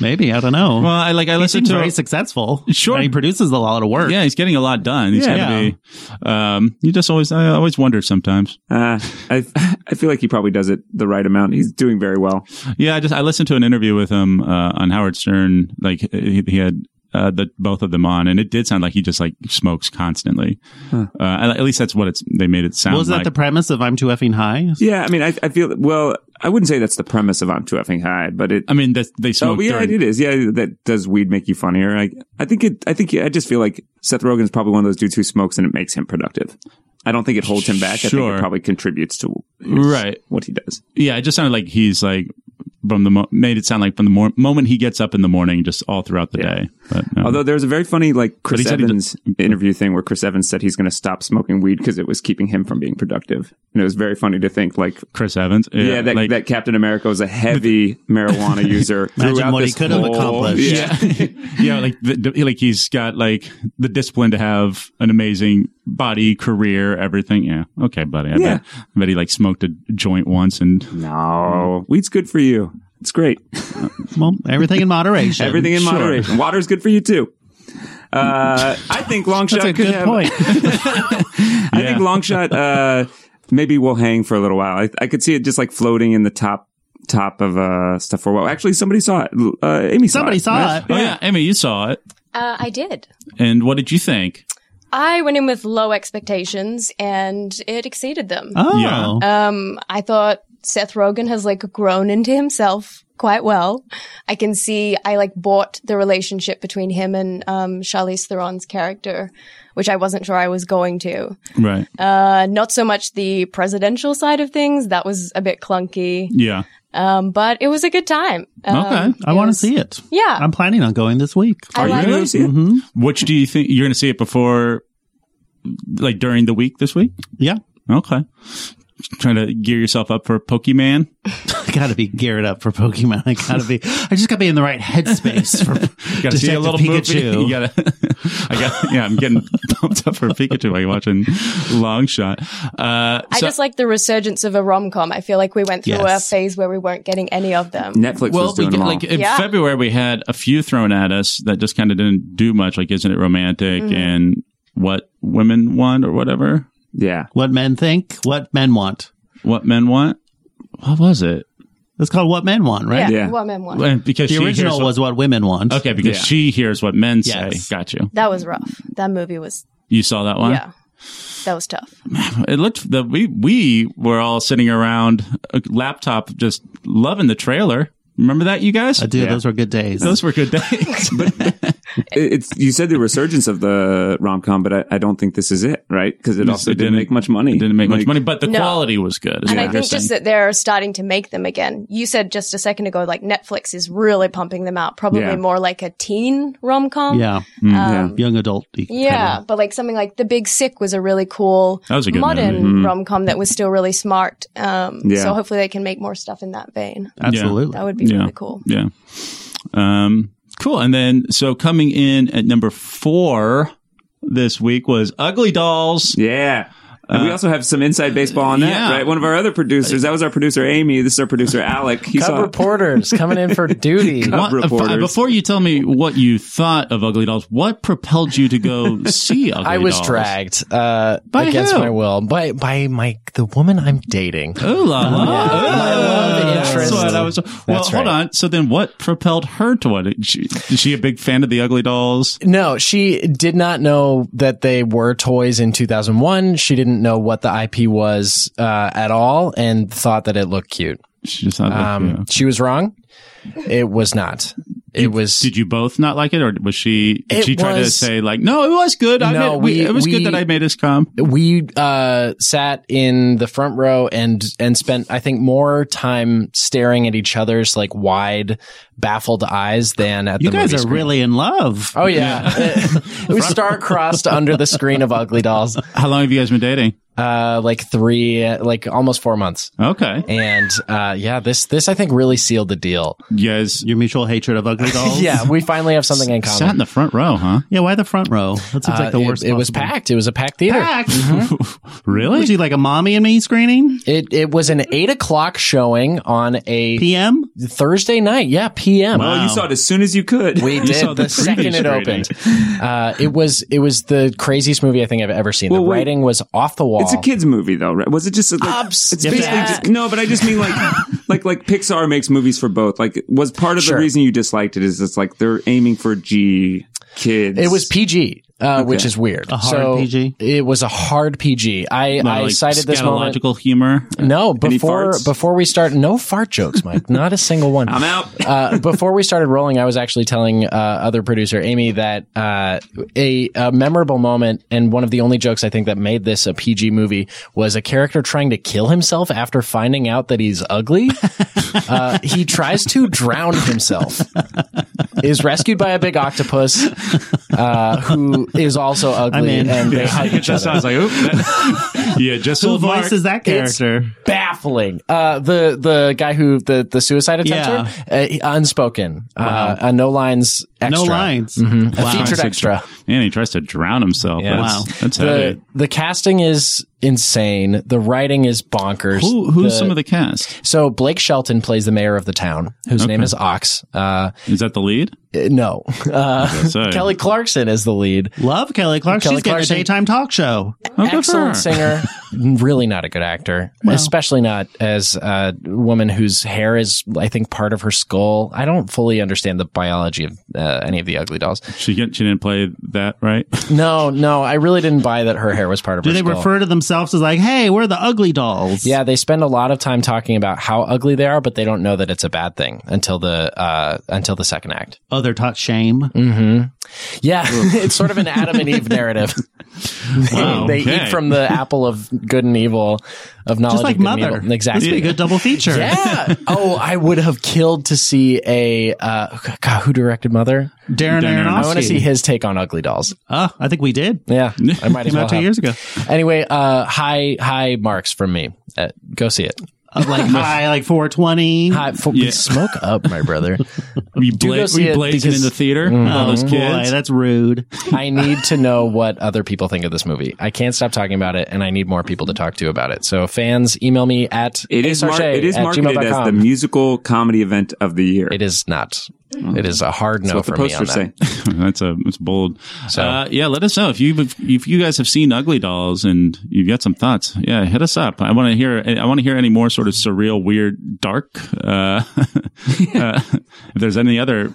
maybe I don't know. Well, I like I he listened seems to very successful. Sure. and he produces a lot of work. Yeah, he's getting a lot done. He's Yeah. got to be. Um, you just always, I always wonder sometimes. Uh, I I feel like he probably does it the right amount. He's doing very well. Yeah, I just I listened to an interview with him uh, on Howard Stern. Like he, he had uh, the both of them on, and it did sound like he just like smokes constantly. Uh, at at least that's what it's. They made it sound. Was that like. the premise of I'm too effing high? Yeah. I mean, I I feel well. I wouldn't say that's the premise of I'm too effing high, but it. I mean, that they smoke. Oh yeah, during- it is. Yeah, that does weed make you funnier? I I think it. I think I just feel like Seth Rogen's probably one of those dudes who smokes and it makes him productive. I don't think it holds him back. I think Sure. it probably contributes to Right. what he does. Yeah, it just sounded like he's like from the mo- made it sound like from the mor- moment he gets up in the morning, just all throughout the day. But, no. Although there was a very funny like he Chris said he Evans interview thing where Chris Evans said he's going to stop smoking weed because it was keeping him from being productive, and it was very funny to think like. Chris Evans, Yeah, that, like- that Captain America was a heavy *laughs* marijuana user. Imagine throughout what he this could have whole- accomplished. Yeah. yeah, like the, the- like he's got like the discipline to have an amazing body, career, everything. Yeah, okay, buddy. I, Yeah. bet, I bet he like smoked a joint once, and *laughs* No, weed's good for you. *laughs* It's great. Well, everything in moderation. *laughs* Everything in Sure. moderation. Water's good for you too. Uh, I think long shot That's a could good have. point. I think long shot uh, maybe will hang for a little while. I, I could see it just like floating in the top top of uh, stuff for a while. Actually, somebody saw it. L- Uh, Amy saw Somebody it. saw it. oh yeah, Amy, you saw it, Uh, I did. and what did you think? I went in with low expectations and it exceeded them. Oh, Yeah. Um, I thought Seth Rogen has like grown into himself quite well. I can see I like bought the relationship between him and um, Charlize Theron's character, which I wasn't sure I was going to. Right. Uh, not so much the presidential side of things. That was a bit clunky. Yeah. Um, but it was a good time. Um, Okay. I want to see it. Yeah. I'm planning on going this week. I Are you like going to it. see it? Which do you think you're going to see it before, like during the week this week? Yeah. Okay. Trying to gear yourself up for Pokemon. I gotta be geared up for Pokemon. I gotta be. I just gotta be in the right headspace *laughs* for Got to see a Detective little Pikachu. movie. *laughs* You gotta, I got, yeah, I'm getting *laughs* pumped up for Pikachu. Like watching Long Shot. Uh, I so- just like the resurgence of a rom com. I feel like we went through Yes. a phase where we weren't getting any of them. Netflix well, was we doing get, them all. like in Yeah. February, we had a few thrown at us that just kind of didn't do much. Like, isn't it romantic? Mm-hmm. And what women want or whatever. yeah, What men think, what men want. What men want. What was it? That's called what men want, right? yeah, Yeah. One Man One. Well, Because The she hears original what- was what women want. okay. Because Yeah. she hears what men say. Yes. Got you. That was rough. That movie was, You saw that one. yeah, that was tough. It looked that we we were all sitting around a laptop, just loving the trailer. Remember that, you guys? I do. Yeah. Those were good days. Those were good *laughs* days. It- it's you said the resurgence of the rom com, but I, I don't think this is it, right? Because it also it didn't, didn't- make much money. It didn't make much Like, money, but the No. quality was good. is And what I you're think just saying. that they're starting to make them again. You said just a second ago, like Netflix is really pumping them out, probably Yeah. more like a teen rom com. yeah. Hmm. yeah. Young adult. Yeah, but like something like The Big Sick was a really cool That was a good modern movie. Mm-hmm. rom com that was still really smart. Um, Yeah. So hopefully they can make more stuff in that vein. Absolutely. That would be Yeah. really cool. Yeah. Um, cool. And then, so coming in at number four this week was Ugly Dolls. Yeah. And we also have some inside baseball on that, Uh, yeah. right? One of our other producers. That was our producer Amy. This is *laughs* our producer Alec. He Cub saw reporters coming in for duty. What- uh, Cub reporters. before you tell me what you thought of Ugly Dolls, what propelled you to *laughs* go see Ugly Dolls? I was dragged uh, By against who? my will by by my the woman I'm dating. Oh la la! My love Oh, That's interest. what I was. Well, That's hold right. on. So then, what propelled her to it? She, is she a big fan of the Ugly Dolls? No, she did not know that they were toys in 2001. She didn't know what the IP was uh, at all and thought that it looked cute. She just thought. that- Um, yeah. She was wrong. It was not. It was. Did you both not like it, or was she? Did It she try to was- say like, "No, it was good. I No, made, we, we- it was we- good that I made us come." we uh, sat in the front row and and spent I think more time staring at each other's like wide baffled eyes than at You the guys movie are screen. really in love. Oh yeah, *laughs* we star crossed under the screen of Ugly Dolls, How long have you guys been dating? uh, like three, uh, like almost four months, Okay, and uh, yeah, this this I think really sealed the deal. you guys Your mutual hatred of *laughs* ugly dolls. Yeah, we finally have something in common. sat in the front row, huh? Yeah. Why the front row? That seems like the Uh, worst. It, it was possible. packed. It was a packed theater. Packed. *laughs* Really? Was you like a mommy and me screening? It it was an eight o'clock showing on a PM. Thursday night. Yeah, p.m. Well, Wow. you saw it as soon as you could. We did saw the, the second it pre-screening. opened. Uh, it was it was the craziest movie I think I've ever seen. Well, the wait. writing was off the wall. It's a kids movie though, right? Was it just like, Obs- it's basically Yeah. just, no, but I *laughs* just mean like like like Pixar makes movies for both. Like was part of Sure. the reason you disliked it is it's like they're aiming for G kids. It was PG, uh, which is weird. A hard so PG? It was a hard PG. I, Not, I like, cited this moment. scatological humor. No, before farts? before we start, no fart jokes, Mike. Not a single one. I'm out. uh, before we started rolling, I was actually telling uh, other producer Amy that uh, a, a memorable moment and one of the only jokes I think that made this a PG movie was a character trying to kill himself after finding out that he's ugly. *laughs* uh, he tries to drown himself, is rescued by a big octopus uh, who is also ugly, in. and they hug It each just other. sounds like, oop, that- *laughs* yeah, just Who old Mark. voices that It's character? baffling. Uh, the the guy who the the suicide attempter, uh, unspoken, uh, uh, no lines, extra. No lines. A featured extra. And he tries to drown himself. Yeah. That's, Wow. That's The heavy. the casting is insane. The writing is bonkers. Who, who's some of the cast? So Blake Shelton plays the mayor of the town, whose name is Ox. Uh, Is that the lead? eh, no, *laughs* uh, So- Kelly Clarkson is the lead. Love Kelly Clarkson. Kelly She's getting Clarkson. a daytime talk show. Oh, good for her. *laughs* Excellent singer. really not a good actor, especially not as a woman whose hair is, I think, part of her skull. I don't fully understand the biology of uh, any of the Ugly Dolls. She, get- she didn't play that right. No, no, I really didn't buy that her hair was part of Do her they skull. refer to themselves as like, hey, we're the ugly dolls? yeah, they spend a lot of time talking about how ugly they are, but they don't know that it's a bad thing until the uh, until the second act. Other taught shame. Yeah, *laughs* it's sort of an Adam and Eve narrative. *laughs* they, Wow, they okay. eat from the apple of good and evil, of knowledge. Just like of good and Mother. evil. exactly. This would be a good double *laughs* feature. Yeah. oh, I would have killed to see a uh, God, who directed Mother. Darren, Darren Aronofsky. I want to see his take on Ugly Dolls. Oh, I think we did. Yeah, *laughs* I might as Came well. out two have. years ago. Anyway, uh, high high marks from me. Uh, go see it. Of like high, like 420. High, f- Yeah. Smoke up, my brother. Were you, go bla- were see you it blazing because- Mm-hmm. in the theater? All those Boy, kids. that's rude. I need to know what other people think of this movie. I can't stop talking about it, and I need more people to talk to about it. So, fans, email me at It is, mar- asarche it is at marketed as the gmail.com. musical comedy event of the year. It is not. It is a hard That's no what for the me on posters that. say. *laughs* that's a that's bold. So- uh, yeah, let us know if you if you guys have seen Ugly Dolls and you've got some thoughts. Yeah, hit us up. I want to hear I want to hear any more sort of surreal, weird, dark. Uh, *laughs* *laughs* uh, if there's any other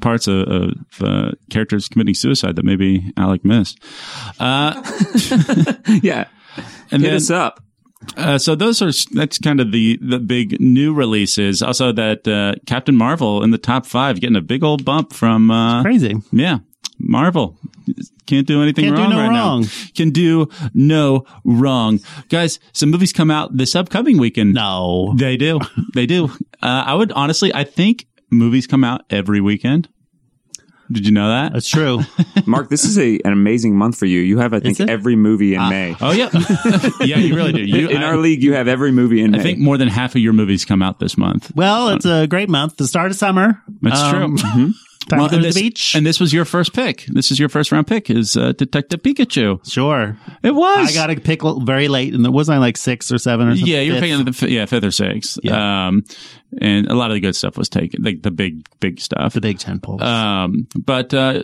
parts of, of uh, characters committing suicide that maybe Alec missed, *laughs* Yeah. and Hit then- *laughs* us up. Uh, so those are that's kind of the the big new releases. Also, that uh, Captain Marvel in the top five getting a big old bump from uh, Crazy. yeah Marvel. Can't do anything Can't do wrong no right wrong. now. Can do no wrong, guys. Some movies come out this upcoming weekend. No. They *laughs* do, they do. Uh, I would honestly, I think movies come out every weekend. Did you know that? That's true. Mark, this is a, an amazing month for you. You have, I think, it? every movie in May. Oh *laughs* yeah, yeah. You really do. You, in I, our league, you have every movie in I May. think more than half of your movies come out this month. Well, it's a great month. The start of summer. That's Um, true. Time Well, to go mhm. and to this, the beach. and this was your first pick. This is your first round pick. Is uh, Detective Pikachu? sure. It was. I got a pick l- very late, and it wasn't I like six or seven or something. Yeah, you're Fifth. picking the fi- yeah fifth or sixth. Um, and a lot of the good stuff was taken, like the big big stuff. the big ten pole. Um, but uh,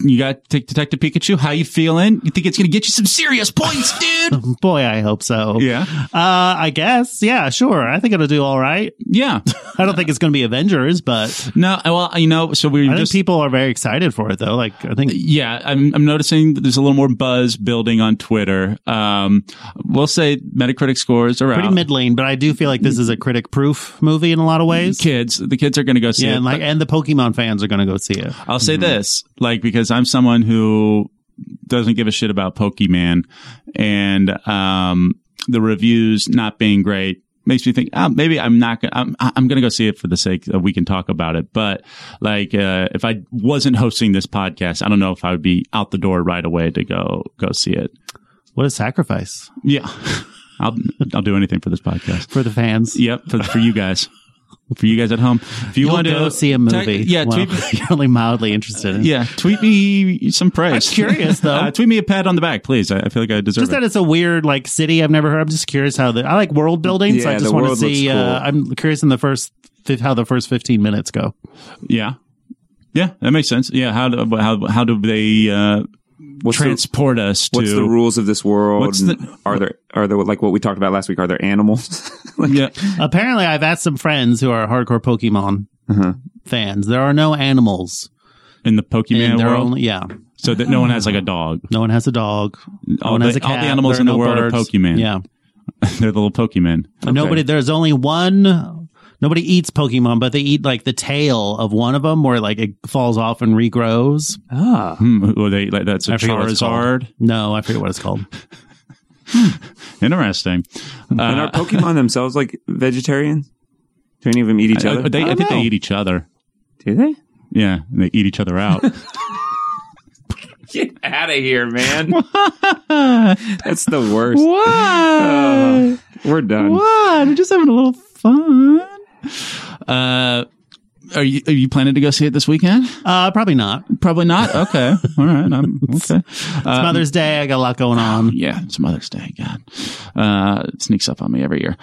you got Te- Detective Pikachu. How you feeling? You think it's gonna get you some serious *laughs* points, dude? Oh, Boy, I hope so. yeah, Uh, I guess. Yeah, sure. I think it'll do all right. yeah. I don't think it's going to be Avengers, but No, well, you know, so we I were think just people are very excited for it, though. Like, I think yeah, I'm, I'm noticing that there's a little more buzz building on Twitter. Um, we'll say Metacritic scores are pretty out. middling, but I do feel like this is a critic proof movie in a lot of ways. kids. The kids are going to go see Yeah, it. and like, and the Pokemon fans are going to go see it. I'll say this, like, because I'm someone who doesn't give a shit about Pokemon and, um, the reviews not being great makes me think, oh, maybe I'm not gonna, I'm, I'm gonna go see it for the sake that we can talk about it. But like, uh, if I wasn't hosting this podcast, I don't know if I would be out the door right away to go, go see it. What a sacrifice Yeah. *laughs* I'll, I'll do anything for this podcast. for the fans. Yep. For, for you guys. For you guys at home, if you You'll want to go see a movie. Te- yeah, Well, tweet, *laughs* you're only mildly interested in. it. Yeah, tweet me some praise. *laughs* I'm curious, though. Uh, tweet me a pat on the back, please. I, I feel like I deserve Just it. that it's a weird like city I've never heard. I'm just curious how the I like world building, so I Yeah, just the want to world looks see. Uh, cool. I'm curious in the first fif- how the first 15 minutes go. yeah, yeah, that makes sense. Yeah, how do how how do they uh, What's the- transport us to? What's the rules of this world? What's the- And are there are there like what we talked about last week? Are there animals? *laughs* like, *laughs* Yeah, Apparently, I've asked some friends who are hardcore Pokemon Uh-huh. fans. There are no animals. in the in Pokemon their world, Only, yeah. so that no one has like a dog. No one has a dog. No All one the- has a all cat. the animals There are in the no world are birds. Pokemon. Yeah. They're the little Pokemon. Nobody. There's only one. Nobody eats Pokemon, but they eat like the tail of one of them, where like it falls off and regrows. Hmm, or they like that's a I forget what it's called. Charizard. No, I forget what it's called. Interesting. and Uh, are *laughs* Pokemon themselves like vegetarian? Do any of them eat each I, other? Uh, they, I, don't think they know. eat each other. Do they? Yeah, and they eat each other out. Get out of here, *laughs* man! That's the *laughs* worst. what? Oh, we're done. What? We're just having a little fun. Uh, are you are you planning to go see it this weekend? Uh, probably not. It's Probably *laughs* not. Okay. All right. I'm okay. Uh, Mother's Day. I got a lot going on. yeah, it's Mother's Day. God, uh, it sneaks up on me every year.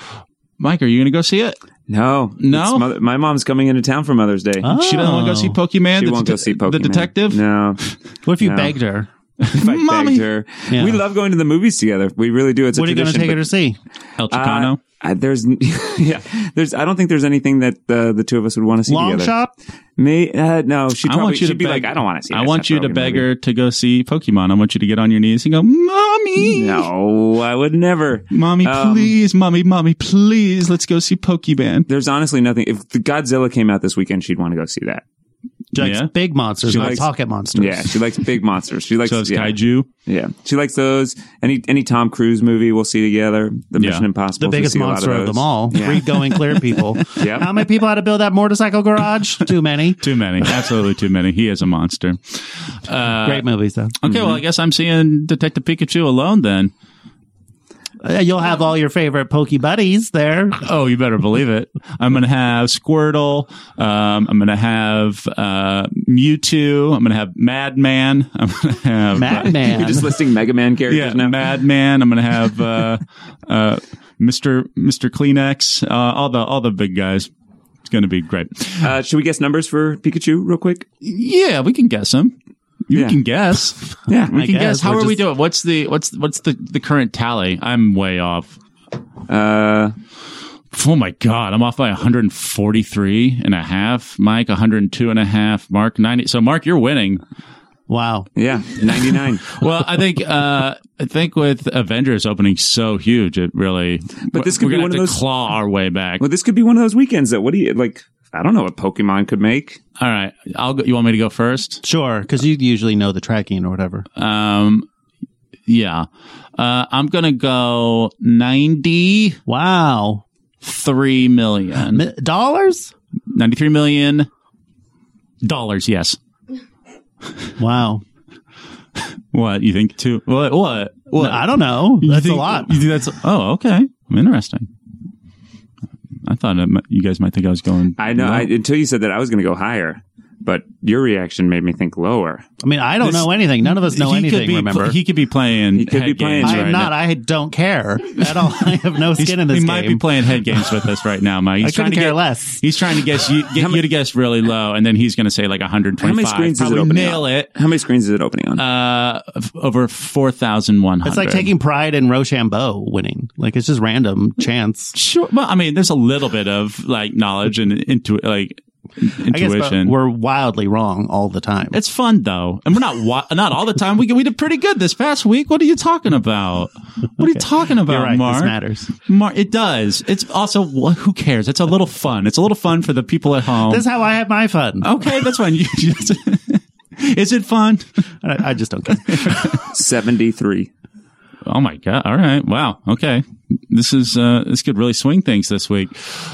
Mike, are you going to go see it? No, No? It's mother- my mom's coming into town for Mother's Day. Oh. She doesn't want to go see Pokemon. She the won't go det- see Pokemon. The detective. No, What if you No. begged her? if I Mommy. begged her. Yeah. We love going to the movies together. We really do. It's what are a you going to tradition. take her to see? El but, Chicano. uh, I- there's, *laughs* yeah, there's. I don't think there's anything that uh, the two of us would want to see Long together. Shot? Me? Uh, no, she. I Probably, want you she'd to be beg, like, I don't want to see. I this want you to Seth Rogen beg movie." her to go see Pokemon. I want you to get on your knees and go, "Mommy, No, I would never. mommy, Um, please, mommy, mommy, please, let's go see Pokemon." There's honestly nothing. If the Godzilla came out this weekend, she'd want to go see that. She likes Yeah. big monsters, She not likes- pocket monsters. Yeah, she likes big monsters. She likes So it's yeah, kaiju. yeah. She likes those. Any any Tom Cruise movie we'll see together. The Yeah. Mission Impossible. the biggest monster of, them all. Yeah. Free going clear people. Yep. How many people had to build that motorcycle garage? Too many. Too many, absolutely too many. He is a monster. Uh, Great movies though. Okay, well, I Mm-hmm. guess I'm seeing Detective Pikachu alone then. Uh, You'll have all your favorite Pokey buddies there. Oh, you better believe it. I'm going to have Squirtle. Um, I'm going to have uh, Mewtwo. I'm going to have Madman. *laughs* I'm going to have uh, You're Madman. *laughs* just listing Mega Man characters yeah, *laughs* now. Madman. I'm going to have uh, *laughs* uh, Mr. Mr. Kleenex. Uh, all the all the big guys. It's going to be great. Uh, should we guess numbers for Pikachu real quick? Yeah, we can guess them. You Yeah. can *laughs* guess. Yeah. We can guess. guess. How We're are we just- doing? What's the what's what's the the current tally? I'm way off. Uh, Oh my God, I'm off by 143 and a half. Mike, 102 and a half. Mark, 90. So, Mark, you're winning. Wow. yeah, 99. Well, I think, uh, I think with Avengers opening so huge, it really, But this could we're be gonna one have of to those- claw our way back. well, this could be one of those weekends that what do you like? I don't know what Pokemon could make. All right. I'll go. You want me to go first? Sure, because you usually know the tracking or whatever. Um, yeah. Uh, I'm going to go 93 Wow. million. M- dollars? 93 million dollars. Yes. Wow. What you think too? What? What? What? I don't know. You That's think- a lot. you think that's oh okay. Interesting. I thought it, might- you guys might think I was going. I know. low. I, until you said that, I was going to go higher, but your reaction made me think lower. I mean, I don't This- know anything. None of us know he anything, Could be, remember? he could be playing. He could be head playing- Games I am right not. Now. I don't care at all. *laughs* I have no He's- skin in he this game. might be playing head games with us right now, Mike. He's I trying couldn't to care get, less. He's trying to guess you, get you to guess really low, and then he's going to say like 125. How many screens is it Probably opening nail on? it. How many screens is it opening on? Uh, f- over 4,100. It's like taking pride in Rochambeau winning. Like it's just random chance. Sure. Well, I mean, there's a little bit of like knowledge and intu- like intuition. I guess but we're wildly wrong all the time. It's fun though, and we're not wa- not all the time. We we did pretty good this past week. What are you talking about? What are you talking about, You're right. This Mark? matters. Mark, it does. It's also wh- who cares? It's a little fun. It's a little fun for the people at home. This is how I have my fun. okay, that's fine. *laughs* You, you- is it fun? I, I just don't care. 73. Oh my god! All right. Wow. Okay. This is uh, this could really swing things this week.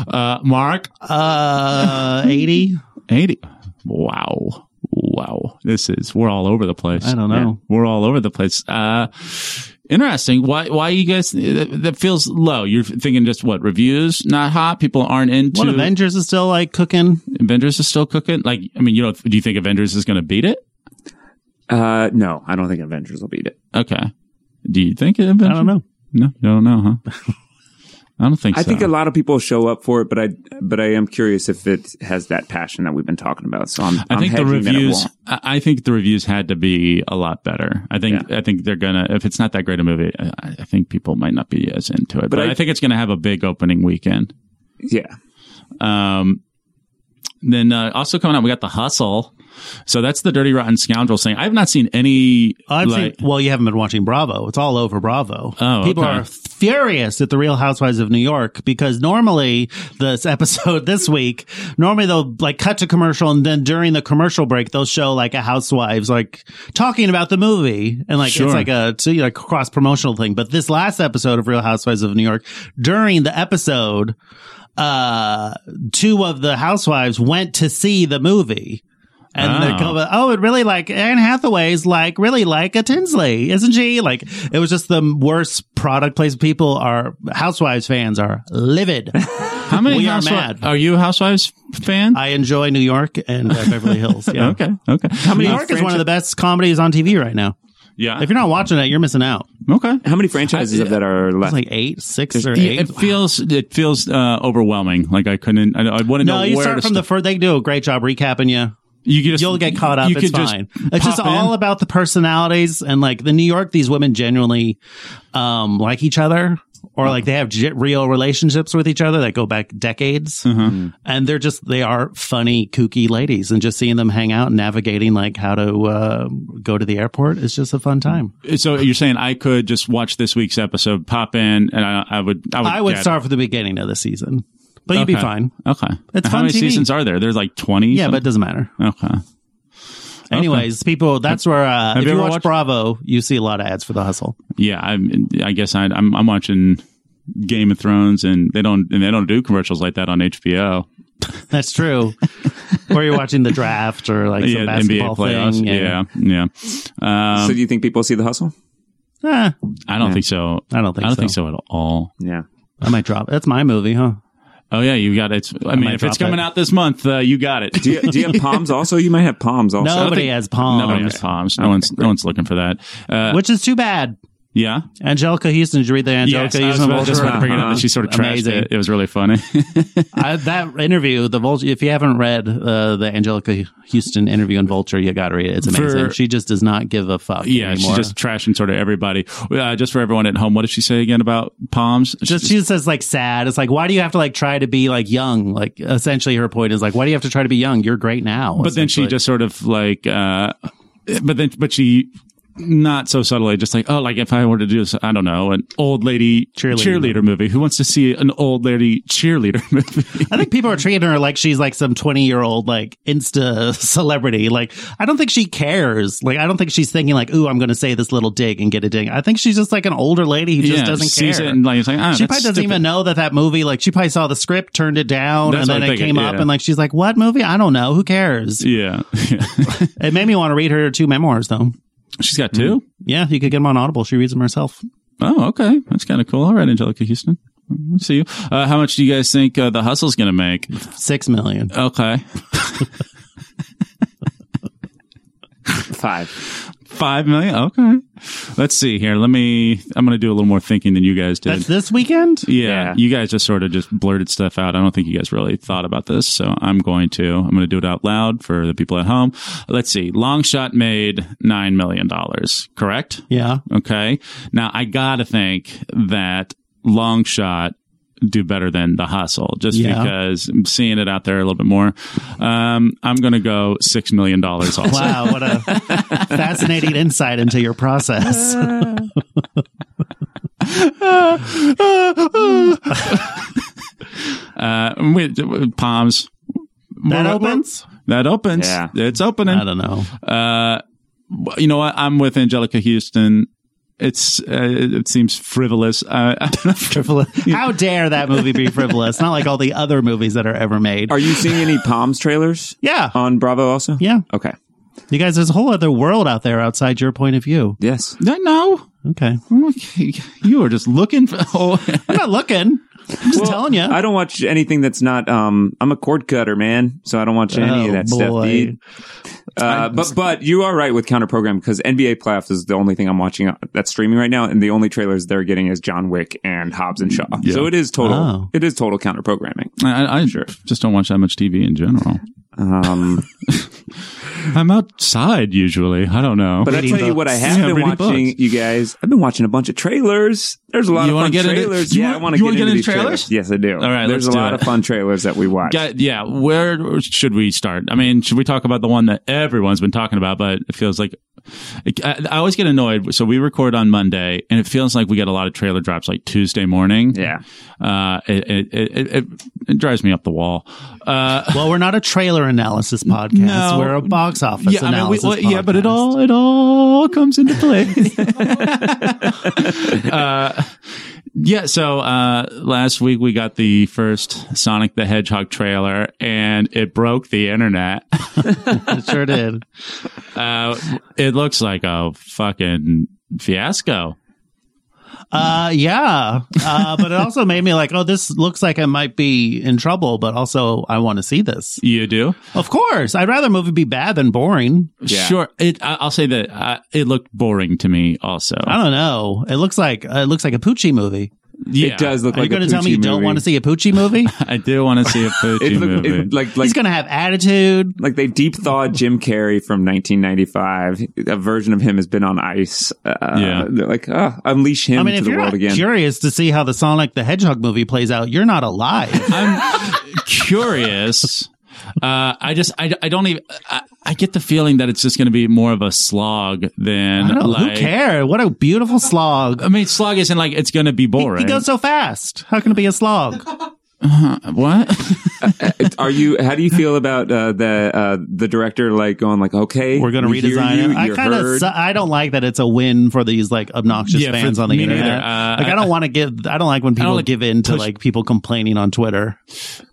Uh, Mark, Uh, *laughs* 80? eighty. Wow. Wow. This is we're all over the place. I don't know. we're all over the place. Uh, interesting. Why? Why you guys? That, that feels low. You're thinking just what reviews not hot. People aren't into What Avengers is still like cooking? Avengers is still cooking. Like, I mean, you know, do you think Avengers is going to beat it? Uh, no, I don't think Avengers will beat it. Okay. Do you think Avengers? I don't know. No, you don't know, huh? *laughs* I don't think. I so. think a lot of people show up for it, but I but I am curious if it has that passion that we've been talking about. So I'm, I am think the hedging that it reviews. won't. I I think the reviews had to be a lot better. I think. I think they're gonna. If it's not that great a movie, I, I think people might not be as into it. But, I, I- think it's gonna have a big opening weekend. Yeah, Um, then uh, also coming out, we got the Hustle. So that's the Dirty Rotten Scoundrel thing. I've not seen any. I've like, seen, well, you haven't been watching Bravo. It's all over Bravo. Oh, People okay. are furious at the Real Housewives of New York because normally this *laughs* episode this week, normally they'll like cut to commercial and then during the commercial break they'll show like a housewives like talking about the movie and like Sure. it's like a so, you know, like cross promotional thing. But this last episode of Real Housewives of New York, during the episode, uh, two of the housewives went to see the movie. And Oh. they're going, oh, it really like Anne Hathaway's like really like a Tinsley, isn't she? Like it was just the worst product place. People are Housewives fans are *laughs* livid. How many? *laughs* We are Housewi- mad. Are you a Housewives fan? I enjoy New York and uh, Beverly Hills. Yeah. Okay. Okay. How New York is one of the best comedies on TV right now. Yeah. If you're not watching it, you're missing out. okay. how many franchises of that are It's left? like eight, six, or Yeah, eight. it feels it feels uh, overwhelming. Like I couldn't. I, I wouldn't No, know you where start to from the first. They do a great job recapping you. You could just, You'll get caught up. you it's could just fine. it's just pop in. all about the personalities and like the New York. These women genuinely um, like each other, or like they have ge- real relationships with each other that go back decades. Mm-hmm. Mm-hmm. And they're just they are funny, kooky ladies, and just seeing them hang out, navigating like how to uh, go to the airport is just a fun time. So you're saying I could just watch this week's episode, pop in, and I, I would. I would, I would get it. start from the beginning of the season, but you'd be Okay. fine. Okay. It's How fun many TV. seasons are there? There's like 20? Yeah, but it doesn't matter. Okay. Anyways, people, that's where uh, if you you, ever watch watched- Bravo, you see a lot of ads for the hustle. Yeah, I'm, I guess I, I'm, I'm watching Game of Thrones, and they don't and they don't do commercials like that on HBO. That's *laughs* true. or you're watching the draft or like some yeah, basketball thing. Yeah, and- yeah. so um, do you think people see the hustle? Eh, I don't think so. I don't think I don't so. think so at all. Yeah. I might drop. That's my movie, huh? Oh yeah, you got it. I, mean, might if it's drop coming it. out this month, uh, you got *laughs* it. Do you, do *laughs* you have palms also? You might have palms also. Nobody think- has palms, Nobody has palms. No one's no one's looking for that. Uh, which is too bad. yeah. Angelica Houston, did you read the Yes, Angelica I was Houston about, just about to Vulture? bring it up. and She sort of trashed Amazing. it. It was really funny. *laughs* I, that interview, the Vulture. If you haven't read uh, the Angelica Houston interview in Vulture, you got to read it. It's amazing. For- she just does not give a fuck. yeah, anymore. she's just trashing sort of everybody. Uh, just for everyone at home, what did she say again about palms? just She- she says like sad. It's like why do you have to like try to be like young? Like essentially her point is like why do you have to try to be young? You're great now. but then she essentially. just sort of like uh but then but she not so subtly just like oh like if i were to do this i don't know an old lady Cheerleader. cheerleader, movie who wants to see an old lady cheerleader *laughs* movie I think people are treating her like she's like some 20 year old like insta *laughs* celebrity. Like I don't think she cares. Like I don't think she's thinking like ooh I'm going to say this little dig and get a ding. I think she's just like an older lady who just doesn't sees care. it and like it's like oh, she probably doesn't even know that that movie, like, she probably saw the script, turned it down, That's what and then I'm it thinking, came up, yeah. and, like, she's like, what movie? I don't know. Who cares? yeah *laughs* It made me want to read her two memoirs, though. she's got 2 Yeah, you could get them on Audible. She reads them herself. oh okay that's kind of cool all right angelica houston We'll see you uh, how much do you guys think uh, the hustle's gonna make Six million. okay *laughs* Five. five million okay let's see here let me i'm gonna do a little more thinking than you guys did That's this weekend? Yeah, Yeah. you guys just sort of just blurted stuff out. I don't think you guys really thought about this, so I'm going to I'm going to do it out loud for the people at home. Let's see. Long shot made nine million dollars, correct? Yeah. Okay. Now I gotta think that long shot do better than the hustle, just Yeah. because I'm seeing it out there a little bit more. Um, I'm gonna go six million dollars. *laughs* Also, Wow, *laughs* what a fascinating insight into your process. uh, with, with palms That We're- opens? That opens. Yeah. It's opening. I don't know. *laughs* Uh, you know what? I'm with Angelica Houston. It's uh, it it seems frivolous. Uh, *laughs* I don't know. Frivolous. How dare that movie be frivolous? Not like all the other movies that are ever made. Are you seeing any palms trailers? Yeah. Oh. On Bravo also? Yeah. Okay. You guys, there's a whole other world out there outside your point of view. Yes. No, no, Okay. Okay. you were just looking for. *laughs* Oh, I'm not looking. I'm just telling you. I don't watch anything that's not. Um, I'm a cord cutter, man. So I don't watch any Oh, of that boy. stuff, dude. Uh, but but you are right with counter program because NBA playoffs is the only thing I'm watching uh, that's streaming right now, and the only trailers they're getting is John Wick and Hobbs and Shaw. So it is total. Oh. It is total counter programming. I, I just don't watch that much TV in general. *laughs* Um, I'm outside usually. I don't know. but I tell you what, I have Yeah, been reading watching. books. You guys, I've been watching a bunch of trailers. There's a lot You of wanna fun get into- trailers. you yeah, wanna- I want to you get wanna into, get into these trailers? Yes, I do. All right, there's let's a do lot it. of fun trailers that we watch. Got- yeah, where should we start? I mean, should we talk about the one that everyone's been talking about, but it feels like I, I always get annoyed. So we record on Monday, and it feels like we get a lot of trailer drops like Tuesday morning. Yeah. uh, it, it, it, it, it drives me up the wall. Uh, well, we're not a trailer analysis podcast. No. We're a box office yeah, I mean, we, analysis well, yeah, but it podcast. all it all comes into play. *laughs* uh, yeah, so uh, last week we got the first Sonic the Hedgehog trailer, and it broke the internet. *laughs* It sure did. Uh, it looks like a fucking fiasco. Uh, yeah. Uh, but it also made me like, oh, this looks like I might be in trouble, but also I want to see this. You do? Of course. I'd rather a movie be bad than boring. Yeah. Sure. It, I, I'll say that uh, it looked boring to me. Also, uh, I don't know. It looks like it looks like a Poochie movie. Yeah. It does look Are like you going a to tell me Pucci you don't movie. want to see a Poochie *laughs* movie? I do want to see *laughs* a It Poochie look, movie. it, like like He's going to have attitude. like they deep thawed Jim Carrey from 1995. A version of him has been on ice. Uh, Yeah. they're like oh, unleash him I mean, to if the you're world not again. curious to see how the Sonic the Hedgehog movie plays out, you're not alive. *laughs* I'm curious. Uh, I just, I, I don't even, I, I get the feeling that it's just going to be more of a slog than I don't, like, who care? What a beautiful slog. I mean, slog isn't like it's going to be He, boring. he goes so fast. How can it be a slog? Uh, what? *laughs* Are you? How do you feel about uh, the uh, the director like going like okay, We're going to we hear redesign you, it. I you're kind of heard. su- I don't like that it's a win for these like obnoxious Yeah, for fans on the me neither. internet. Uh, like I, I- don't want to give. I don't like when people like give in to like people complaining on Twitter.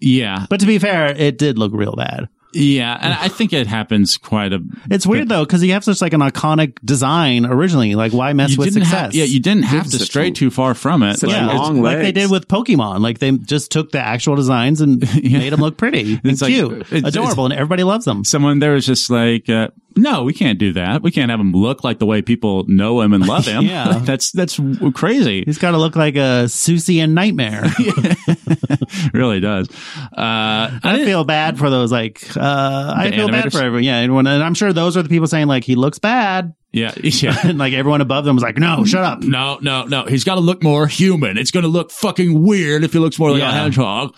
yeah, But to be fair, it did look real bad. yeah, and I think it happens quite a. It's weird though because you have such like an iconic design originally. Like why mess You with didn't success? have, yeah, you didn't have to such stray a- too far from it. such a Like, Yeah, long it's like they legs. did with Pokemon. Like they just took the actual designs and *laughs* made them look pretty and It's like- cute, it's- it's- adorable, and everybody loves them. someone there was just like, uh, no, we can't do that. We can't have him look like the way people know him and *laughs* love him. Yeah. that's that's w- *laughs* crazy. *laughs* He's got to look like a Susie and Nightmare. It really does. Uh, I I didn't- feel bad for those. Like, uh, I The feel bad animators? for everyone. Yeah, everyone, and I'm sure those are the people saying like he looks bad, *laughs* *laughs* yeah, *laughs* yeah. and like everyone above them was *laughs* like, no, shut up. No, no, no. He's got to look more human. It's going to look fucking weird if he looks more like Yeah. a hedgehog.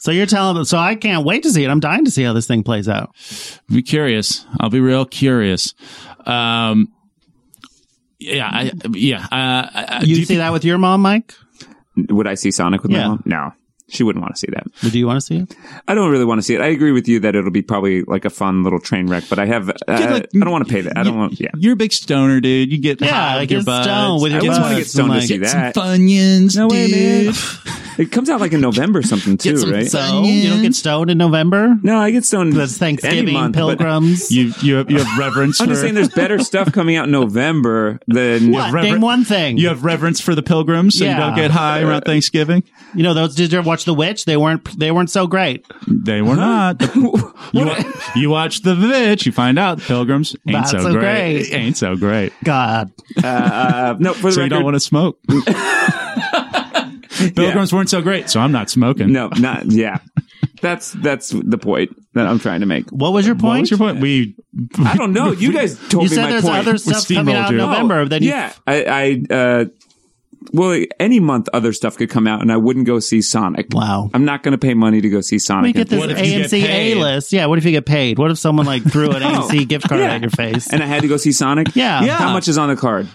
So you're telling them. So I can't wait to see it. I'm dying to see how this thing plays out. Be curious. I'll be real curious. Um, yeah, I, yeah. Uh, I- I- You do see that with your mom, Mike? Would I see Sonic with Yeah. my mom? No, she wouldn't want to see that. Do you want to see it? I don't really want to see it. I agree with you that it'll be probably like a fun little train wreck, but I have. Uh, like- I don't want to pay that. I don't want. Yeah. You're a big stoner, dude. You get *laughs* Yeah, high like with your it's buds. stoned with your I just want buds to and, get stoned like- to see Get some that. funyuns, No way, man. dude. It comes out like in November something too, *laughs* Get some- right? So you don't get stoned in November. no, I get stoned. That's any Thanksgiving, month, but pilgrims. You you have, you have reverence. I'm for, just saying, there's better stuff coming out in November than what? rever- Name one thing. you have reverence for the pilgrims Yeah. and don't get high around Thanksgiving. You know those? Did you ever watch The Witch? They weren't. They weren't so great. They were not. The- you, wa- you watch the Vitch, you find out pilgrims ain't Not so, so great. great. Ain't so great. God, Uh, no, for the so you record, don't want to smoke. Pilgrims weren't so great, so I'm not smoking. no, not yeah. That's that's the point that I'm trying to make. what was your point? What was your point? We I don't know. You guys told You me said my there's point. Oh, other stuff coming out steamrolled you. in November. Then you yeah, I, I uh, well, any month other stuff could come out, and I wouldn't go see Sonic. Wow. I'm not going to pay money to go see We Sonic. get this What if you get AMC A paid? list. Yeah, what if you get paid? What if someone like threw an AMC gift card yeah. at your face? and I had to go see Sonic. Yeah. Yeah. How much is on *laughs* the card?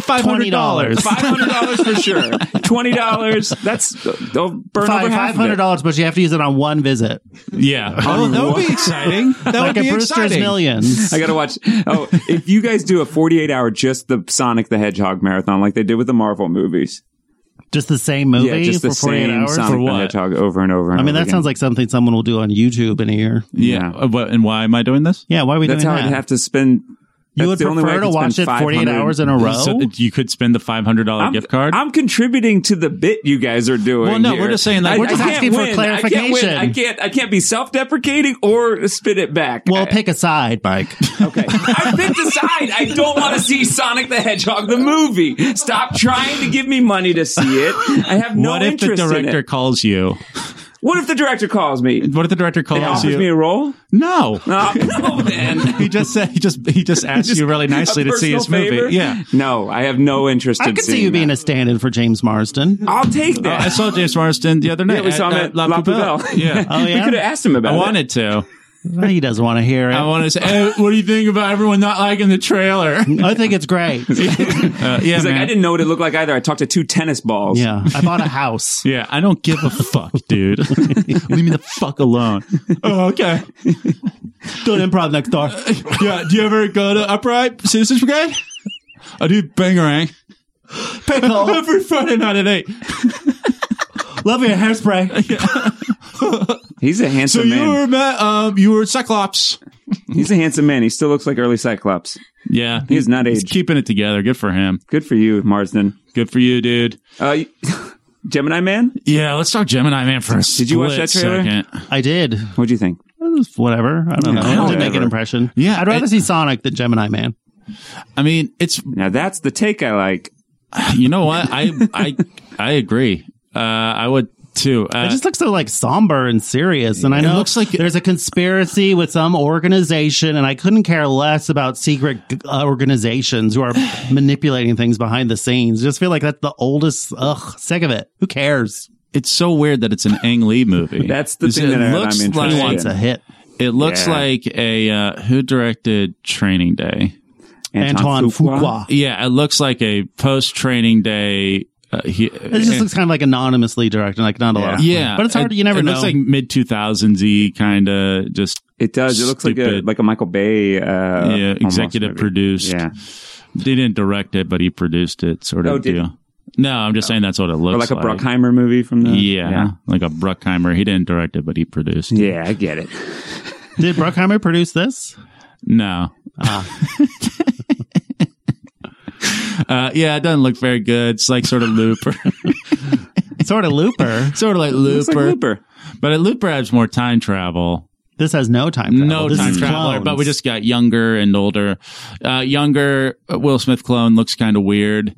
five hundred $500. dollars. Five hundred dollars for sure. Twenty dollars. That's they'll burn over half Five of it. hundred dollars, but you have to use it on one visit, Yeah, oh, that *laughs* would be exciting. That like would be a Brewster's exciting. Millions. *laughs* I gotta watch. Oh, if you guys do a 48 hour just the Sonic the Hedgehog marathon, like they did with the Marvel movies, Just the same movie yeah, just the for forty-eight same hours. Sonic For the what? Hedgehog over and over. And I mean, that sounds like something someone will do on YouTube in a year. Yeah, Yeah. Uh, what- and why am I doing this? Yeah, why are we that's how doing I'd that? have to spend. you that's would the only way I prefer to could watch it spend forty-eight 500 hours in a row. So that you could spend the five hundred dollar I'm, gift card. I'm contributing to the bit you guys are doing. Well, no, here. we're just saying, like, I- we're just I can't asking for win. I can't, win. clarification. I can't. I can't be self-deprecating or spit it back. well, I- pick a side, *laughs* Mike. Okay. I've been to side. I don't want to see Sonic the Hedgehog the movie. Stop trying to give me money to see it. I have no what if the interest in director it. calls you? What if the director calls me? What if the director calls And offers you? me a role? no. Oh, *laughs* no, then. He just said he just he *laughs* just asked you really nicely A to see his personal favor? movie. Yeah. No, I have no interest I in could seeing see you being that. a stand-in for James *laughs* Marsden. I'll take that. Oh, Uh, I saw James Marsden the other night. uh, yeah, we saw him at La, Poubelle. *laughs* Yeah. *laughs* Oh, We yeah? could have asked Oh. him about I it. wanted to. he doesn't want to hear it. I wanted to say, "Hey, what do you think about everyone not liking the *laughs* trailer? I think it's great. Uh, yeah, He's like, man. I didn't know what it looked like either. I talked to two tennis balls. yeah, I bought a house. *laughs* Yeah, I don't give a fuck, dude. *laughs* Leave me the fuck alone. Oh, okay. Do an improv next door. Yeah, do you ever go to Upright Citizens Brigade? I do bangarang *laughs* Pickle. every Friday night at *laughs* eight. Love your hairspray. He's a So handsome you man. were Matt, um, you were Cyclops. He's a handsome man. He still looks like early Cyclops. Yeah, He's not He's aged. keeping it together. Good for him. Good for you, Marsden. Good for you, dude. Uh, *laughs* Gemini Man? Yeah, let's talk Gemini Man for a Did you watch that trailer? Second. I did. What'd you think? Whatever. I don't know. It didn't make an Whatever. impression. Yeah, I'd rather it- see Sonic than Gemini Man. I mean, it's Now that's the take I like. you know what I *laughs* I I agree. Uh, I would too. Uh, It just looks so like somber and serious, and I know looks like- there's a conspiracy with some organization, and I couldn't care less about secret uh, organizations *sighs* who are manipulating things behind the scenes. Just feel like that's the oldest. Ugh, sick of it. Who cares? It's so weird that it's an Ang Lee movie. *laughs* That's the It's- thing it that I- I'm looks interested like- Who wants in. a hit? it looks Yeah. like a uh, who directed Training Day. Antoine, Fuqua. Yeah, it looks like a post Training Day. Uh, he, It just looks kind of like anonymously directed, like not a lot. Of yeah, but it's hard. It- you never it know. Looks like mid two thousands y kind of just It does. It looks like a Stupid. like a Michael Bay uh yeah, almost executive movie. produced. Yeah. They didn't direct it, but he produced it, sort of Oh, did- Oh. deal. No, I'm just saying that's what it Or looks like a Bruckheimer movie from the Yeah, like a Bruckheimer. He didn't direct it, but he produced. it. Yeah, Yeah, I get it. Did Bruckheimer produce this? No. Ah. *laughs* uh, yeah, it doesn't look very good. It's like sort of Looper, *laughs* Sort of Looper. sort of like It's like Looper. Looper. But at Looper has more time travel. This has no time travel. No This time is traveler, clones. but we just got younger and older. Uh, younger uh, Will Smith clone looks kind of weird.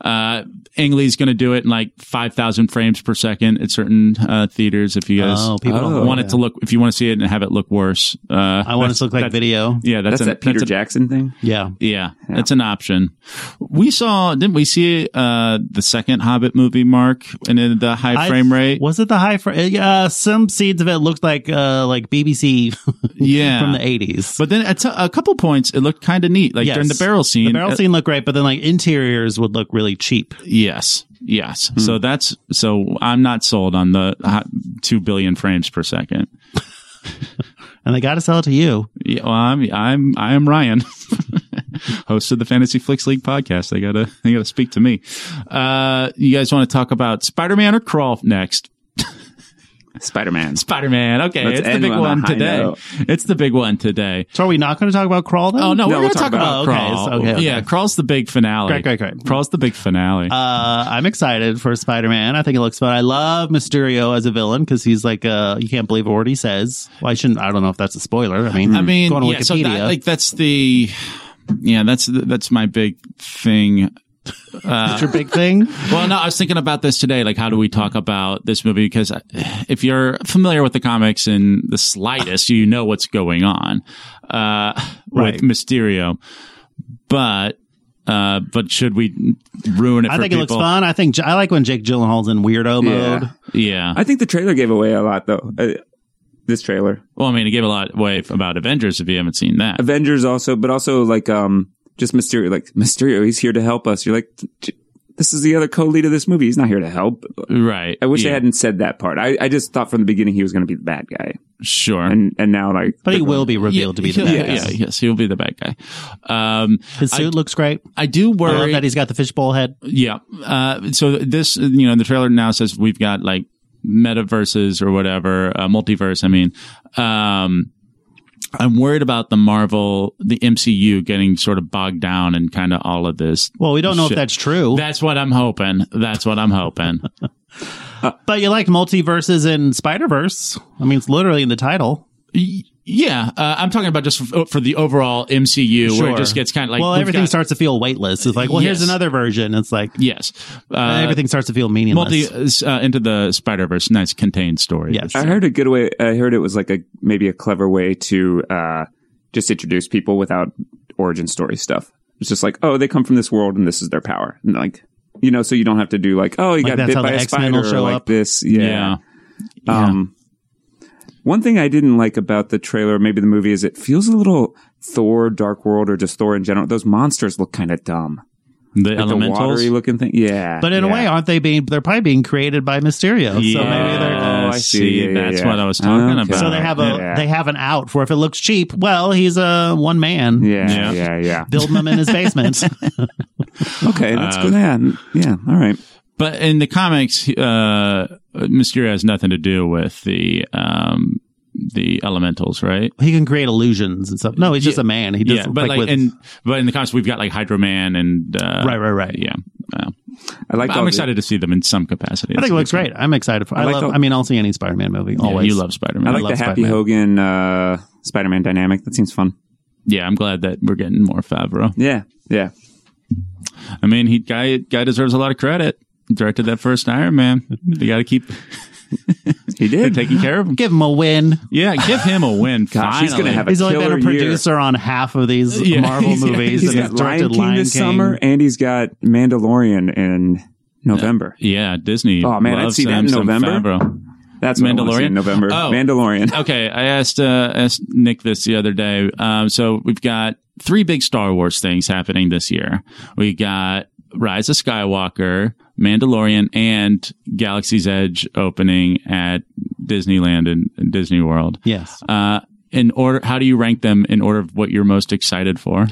Uh, Ang Lee's going to do it in like 5,000 frames per second at certain uh, theaters if you guys Oh, people don't want like it to look, if you want to see it and have it look worse. Uh, I want it to look like video. yeah, that's, That's, an- that Peter that's a- Jackson thing. Yeah. yeah, that's an option. We saw, didn't we see uh, the second Hobbit movie, Mark, and in the high I- frame rate? Was it the high frame? Uh, some seeds of it looked like uh, like BBC yeah. *laughs* from the eighties. but then at t- a couple points, it looked kind of neat, like during the barrel scene. the barrel uh, scene looked great, but then like interiors would look really cheap. Yes. Yes. So that's so I'm not sold on the hot 2 billion frames per second. And they got to sell it to you. Yeah, well, I'm I'm I am Ryan. *laughs* Host of the Fantasy Flicks League podcast. They got to they got to speak to me. Uh you guys want to talk about Spider-Man or Crawl next? Spider Man. Spider-Man. Okay, Let's it's the end big on a one high today. note. It's the big one today. So are we not going to talk about crawl? Then? Oh no, we're we'll going to talk talk about, about- okay, Crawl. okay, okay. Yeah, Crawl's the big finale. Great, great, great. Crawl's the big finale. Uh, I'm excited for Spider Man. I think it looks fun. I love Mysterio as a villain because he's like, uh, you can't believe a word he says. Well, I shouldn't. I don't know if that's a spoiler. I mean, I mean, going to yeah, Wikipedia. so that, *laughs* like that's the yeah, that's the, that's my big thing. that's your *laughs* big thing. Well, no, I was thinking about this today. Like, how do we talk about this movie? Because I- if you're familiar with the comics in the slightest, you know what's going on uh, Right. with Mysterio. But uh, but should we ruin it? I for think it people? looks fun. I think I like when Jake Gyllenhaal's in weirdo Yeah. mode. Yeah. I think the trailer gave away a lot though. Uh, this trailer. well, I mean, it gave a lot away about Avengers if you haven't seen that. Avengers also, but also like um just Mysterio, like Mysterio, he's here to help us. You're like, "J- this is the other co-lead of this movie. He's not here to help. Right. I wish yeah, they hadn't said that part. I, I just thought from the beginning he was going to be the bad guy, Sure. and and now like, But he will be revealed to be he'll- the bad guy. yeah, yeah, yes, he'll be the bad guy. Um, His suit looks great. I do I love worry that he's got the fishbowl head. Yeah. Uh, so this, you know, the trailer now says we've got like metaverses or whatever, uh, multiverse. I mean, um, I'm worried about the Marvel, the MCU getting sort of bogged down in kind of all of this. Well, we don't know if Shit. that's true. That's what I'm hoping. That's what I'm *laughs* hoping. but you liked multiverses in Spider Verse. I mean, it's literally in the title. Y- yeah. Uh, I'm talking about just for, for the overall MCU where it just gets kind of like, well, we've everything got- starts to feel weightless. It's like, well, here's Yes. another version. It's like Yes. and Uh, everything starts to feel meaningless. multi, uh, into the Spider Verse. Nice contained story. Yes. I heard a good way. I heard it was like a maybe a clever way to uh just introduce people without origin story stuff. It's just like, oh, they come from this world and this is their power, and like. You know, so you don't have to do like, oh, you Like got that's bit how by the a X-Men spider will or show like up? this. Yeah. Um, one thing I didn't like about the trailer, maybe the movie, is it feels a little Thor, Dark World, or just Thor in general. Those monsters look kind of dumb. The Like elementals. the watery looking thing. Yeah. but in a yeah. way, aren't they being? They're probably being created by Mysterio. So maybe they're. Oh, I see. Yeah, yeah, That's yeah. what I was talking Okay. about. So they have a Yeah. they have an out for if it looks cheap. Well, he's a one man. Yeah, Yeah. yeah, yeah, Building them in *laughs* his basement. Okay, that's good. Yeah, yeah. All right. but in the comics, uh, Mysterio has nothing to do with the um, the elementals, right? he can create illusions and stuff. No, he's just a man. He does yeah, but like, with, in but in the comics, we've got like Hydro Man and uh, right, right, right. yeah. Well, I like. all I'm the- excited to see them in some capacity. I think That's it looks gonna great. I'm excited for. I, like love. the- I mean, I'll see any Spider-Man movie. be fun. Yeah, Always. you love Spider Man. I like the Happy Hogan uh, Spider-Man dynamic. That seems fun. yeah, I'm glad that we're getting more Favreau. Yeah, yeah. I mean, he guy guy deserves a lot of credit. directed that first Iron Man. You got to keep He did. taking care *laughs* of him. Give him a win. Yeah, give him a win. Gosh, he's finally. gonna have a He's only been killer a producer on half of *laughs* these Yeah. Marvel Yeah. movies. Year. He's and got he's directed Lion King Lion this King. summer, and he's got Mandalorian in November. Yeah, Disney. Oh, man, I'd loves see that in Samson November. Favreau. That's what I wanna see Mandalorian? in November. Oh. Mandalorian. Okay, I asked uh, asked Nick this the other day. Um, so we've got three big Star Wars things happening this year. We got Rise of Skywalker, Mandalorian, and Galaxy's Edge opening at Disneyland and, and Disney World. Yes. Uh, in order, how do you rank them in order of what you're most excited for?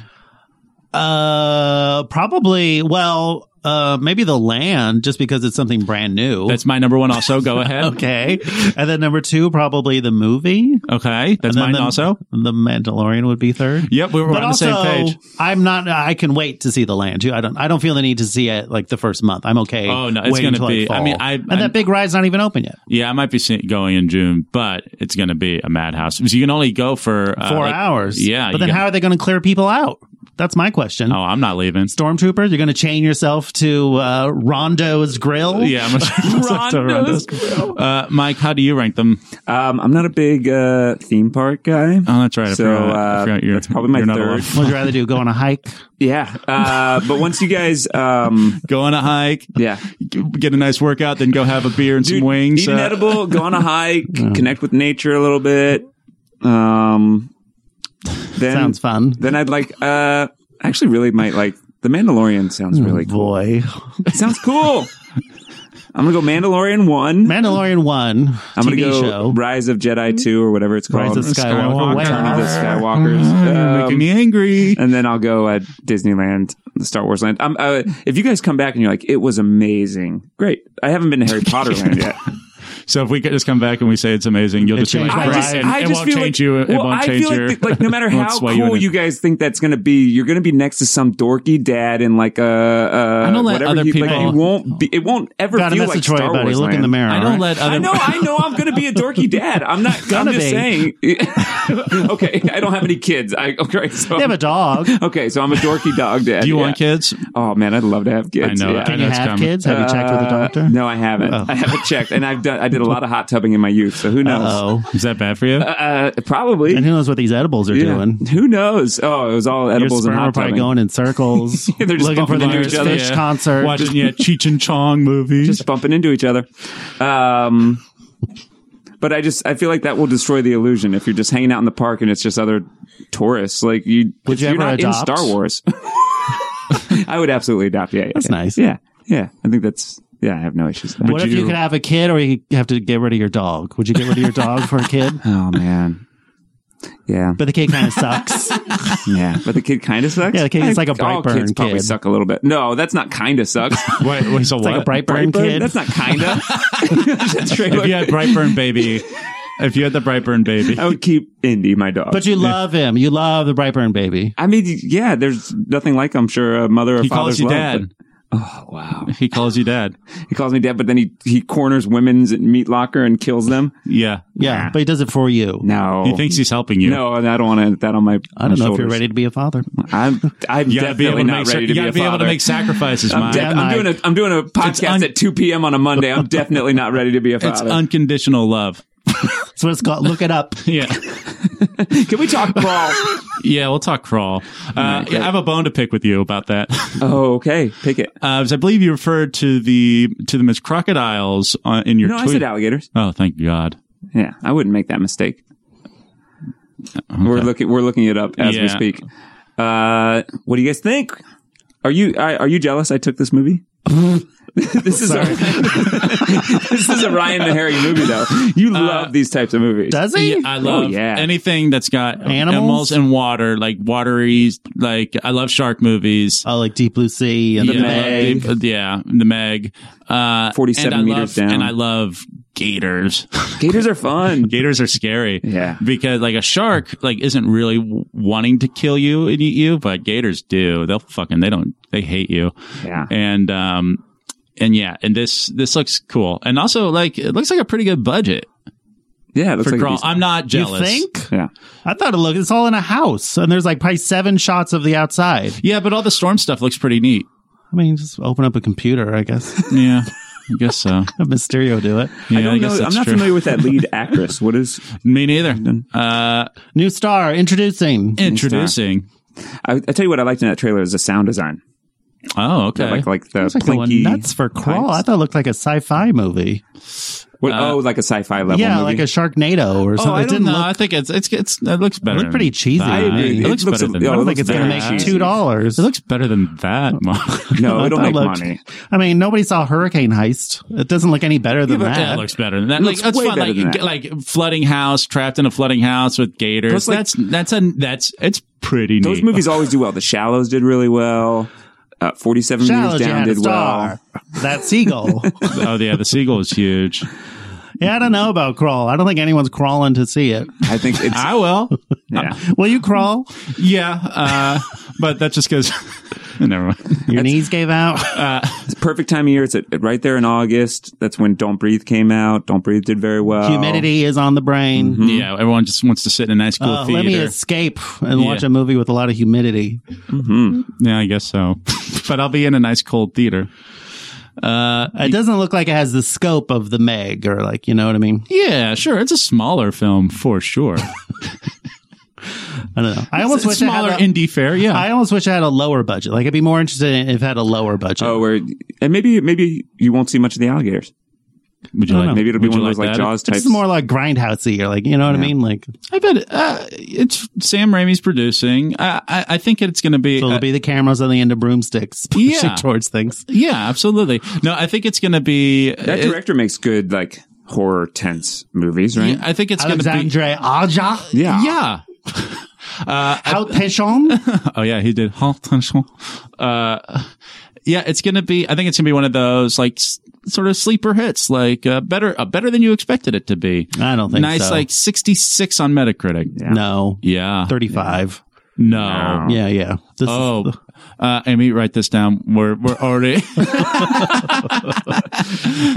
Uh, probably. Well, uh, maybe the land, just because it's something brand new. That's my number one. Also, go ahead. *laughs* okay. And then number two, probably the movie. Okay, that's And mine. then the- also, the Mandalorian would be third. yep, we were on the same page. I'm not. I can wait to see the land too. I don't. I don't feel the need to see it like the first month. I'm okay. Oh, no, it's waiting gonna till be- I fall. mean, I- and I'm- that big ride's not even open yet. Yeah, I might be se- going in June, but it's going to be a madhouse. Because you can only go for uh, Four like- hours. Yeah, But you then can- how are they going to clear people out? That's my question. Oh, I'm not leaving. Stormtroopers, you're going to chain yourself to uh, Rondo's grill. Yeah, I'm Dr. Rondo's Rondo's. Uh, Mike, how do you rank them? Um, I'm not a big uh, theme park guy. Oh, that's right. I so forgot. I uh, forgot you're- that's probably my you're not third. allowed. What would you rather do? Go on *laughs* a hike? Yeah, uh, but once you guys, um, Go on a hike, yeah, g- get a nice workout, then go have a beer and Dude, some wings. eat an uh, edible, go *laughs* on a hike, connect with nature a little bit. Um, then Sounds fun. Then I'd like. Uh, I actually really might like the Mandalorian. Sounds really cool. Oh, Boy, It sounds *laughs* cool. I'm gonna go Mandalorian one. Mandalorian one I'm TV gonna go show. Rise of Jedi two or whatever it's Rise called. of Skywalker. Skywalker. Mm-hmm. Return of the Wow. You're Skywalkers. making Um, me angry. and then I'll go at Disneyland, Star Wars Land. Um, uh, if you guys come back and you're like, it was amazing, great. I haven't been to Harry Potter Land yet. So if we could just come back and we say it's amazing, you'll It just be like, changed I my "Right," just, and I it just won't feel change like, you. It well, won't I change feel your. like, like no matter it *laughs* won't how sway cool in you, it. guys think that's going to be, you're going to be next to some dorky dad in like a uh, I don't let whatever other he- people- Like, you won't be, it won't ever Got a feel message like for you, Star buddy. Wars Look in the Land. mirror. I all don't right? let other. I know, I know, I'm going to be a dorky dad. I'm not. I'm Gonna just be. saying. *laughs* okay, I don't have any kids. I okay. So They have a *laughs* dog. okay, so I'm a dorky dog dad. Do you yeah. want kids? Oh man, I'd love to have kids. I know. yeah. I Can you know it's have coming. kids? Have you checked with a Uh, doctor? No, I haven't. Oh. I haven't checked, and I've done. I did a lot of hot tubbing in my youth, so who knows? Oh, Is that bad for you? Uh, probably. and who knows what these edibles are Yeah. doing? Who knows? Oh, it was all Your edibles and sperm are hot probably tubbing. going in circles, Yeah, *laughs* they're just looking for the bumping into nearest each other. fish *laughs* concert. Watching yeah, Cheech and Chong movies. just bumping into each other. Um, but I just I feel like that will destroy the illusion if you're just hanging out in the park and it's just other tourists. Like you, Would if you you're ever not in adopt? Star Wars. *laughs* I would absolutely adopt. Yeah, yeah, That's yeah. nice. Yeah, yeah. I think that's yeah. I have no issues. With that. what if you could have a kid, or you have to get rid of your dog? Would you get rid of your dog for a *laughs* kid? Oh man. Yeah. But the kid kind of sucks. Yeah, but the kid kind of sucks. Yeah, the kid- it's I- like a all Brightburn kids probably kid. suck a little bit. No, that's not kind of sucks. Wait, wait, *laughs* so It's like a what? *laughs* Brightburn, kid. That's not *laughs* kind *laughs* of. if you had Brightburn baby, if you had the Brightburn baby, *laughs* I would keep Indy, my dog. but you love him. You love the Brightburn baby. I mean, yeah, there's nothing like I'm sure a mother or he calls father's you love, dad. Oh, but- wow, He calls you dad. *laughs* he calls me dad, but then he he corners women's meat locker and kills them. Yeah, Yeah, but he does it for you. No, he thinks he's helping you. Oh. no, and I don't want to that on my. I don't know if you're ready to be a father. I'm I'm You gotta be able definitely to not make cer- ready you to be gotta a be able to father. make sacrifices, *laughs* I'm, Mike. def- I'm Mike. doing a I'm doing a podcast un- at 2 p.m. on a Monday. I'm definitely not ready to *laughs* be a It's father. unconditional love. That's what it's called. Look it *laughs* up. Yeah, Can *laughs* we talk crawl? *laughs* yeah. We'll talk *laughs* crawl. Uh, yeah, I have a bone to pick with you about that. oh, okay, pick it. *laughs* Uh, 'cause I believe you referred to the to them as crocodiles on, in your No, I tweet. said alligators. oh, thank God. Yeah, I wouldn't make that mistake. We're looking we're looking it up as Yeah. we speak. Uh, what do you guys think? Are you I- are you jealous? I took *laughs* this movie. this is a, *laughs* this is a Ryan and Harry movie though. You Uh, love these types of movies. Does he? Yeah, I love Oh, yeah. anything that's got animals? Oh. Animals? and water, like watery. Like I love shark movies. oh, like Deep Blue Sea and yeah, the Meg. I love the- yeah, the Meg. Uh, 47 and I meters love- down. and I love gators. *laughs* Gators are fun. gators are scary. Yeah. because like a shark, like isn't really w- wanting to kill you and eat you, but gators do. They'll fucking they don't they hate you. Yeah. and um and yeah, and this this looks cool, and also like it looks like a pretty good budget Yeah, it looks for like a Grawl. decent- I'm not You jealous. think? yeah. I thought it looked. It's all in a house, and there's like probably seven shots of the outside. Yeah, but all the storm stuff looks pretty neat. I mean, just open up a computer, I guess. *laughs* Yeah, I guess *laughs* so. Have Mysterio do it. Yeah, I, I don't guess know. I'm that's not true. familiar with that *laughs* lead actress. What is? Me neither. Uh, New star introducing. introducing. I, I tell you what I liked in that trailer is the sound design. Oh, I okay. Like like the Looks like going plinky. nuts for crawl. I pipes. thought it looked like a sci-fi movie. What, Uh, oh, like a sci-fi level. yeah, movie. like a Sharknado or Oh, something. I it don't didn't know. look. I think it's it's it's it looks better. looked than pretty cheesy to that. me. It, It looks, looks better a- than that. yeah, it I don't looks think it's going to very make cheesy. two dollars. It looks better than that. *laughs* Mark. *laughs* no, I Oh, it'll thought it make looked- money. I mean, nobody saw Hurricane Heist. It doesn't look any better than Yeah, that. it looks better than that. It Like, looks that's way fun. better Like, than that. like flooding house, trapped in a flooding house with gators. Plus, like- that's that's a that's it's pretty Those neat. movies always do well. The Shallows did really well. Uh, Forty-seven Shallow Meters Down Jan did well. star. That seagull. *laughs* oh yeah, the seagull is huge. yeah, I don't know about crawl. I don't think anyone's crawling to see it. I think *laughs* it's I will. yeah. Will you crawl? Ah, Yeah, uh, but that's just because. *laughs* Never mind. Your knees gave out. It's perfect time of year. It's at, right there in August. That's when Don't Breathe came out. Don't Breathe did very well. Humidity is on the brain. Yeah, everyone just wants to sit in a nice Um, mm-hmm. cool Uh, let theater. me escape and Yeah. watch a movie with a lot of humidity. yeah, I guess so. *laughs* but I'll be in a nice cold theater. It doesn't look like it has the scope of the Meg or like, you know what I mean? Yeah, sure. It's a smaller film for sure. I don't know. I almost it's wish I had smaller a- indie fair. Yeah, I almost wish I had a lower budget. Like I'd be more interested in if it had a lower budget. Oh, where and maybe maybe you won't see much of the alligators. would you I don't know. like? Maybe it'll be would one you of those like, that? Jaws This types. is more like grindhousey or like you know what I mean? Like I bet uh, it's Sam Raimi's producing. I I, I think it's going to be. so it'll uh, be the cameras on the end of broomsticks *laughs* pushing Yeah. towards things. yeah, absolutely. No, I think it's going to be. that it- director makes good like horror tense movies, right? uh, I think it's going to be. Alexandre Aja, Yeah. Yeah. how *laughs* Pechon? Oh yeah, he did. Huh, tension. Uh, yeah, it's gonna be. I think it's gonna be one of those like s- sort of sleeper hits, like uh, better uh, better than you expected it to be. I don't think nice, so. like sixty six on Metacritic. Yeah. No, thirty five. No. Yeah, yeah. This Oh, uh, Amy, write this down. We're we're *laughs* already. is the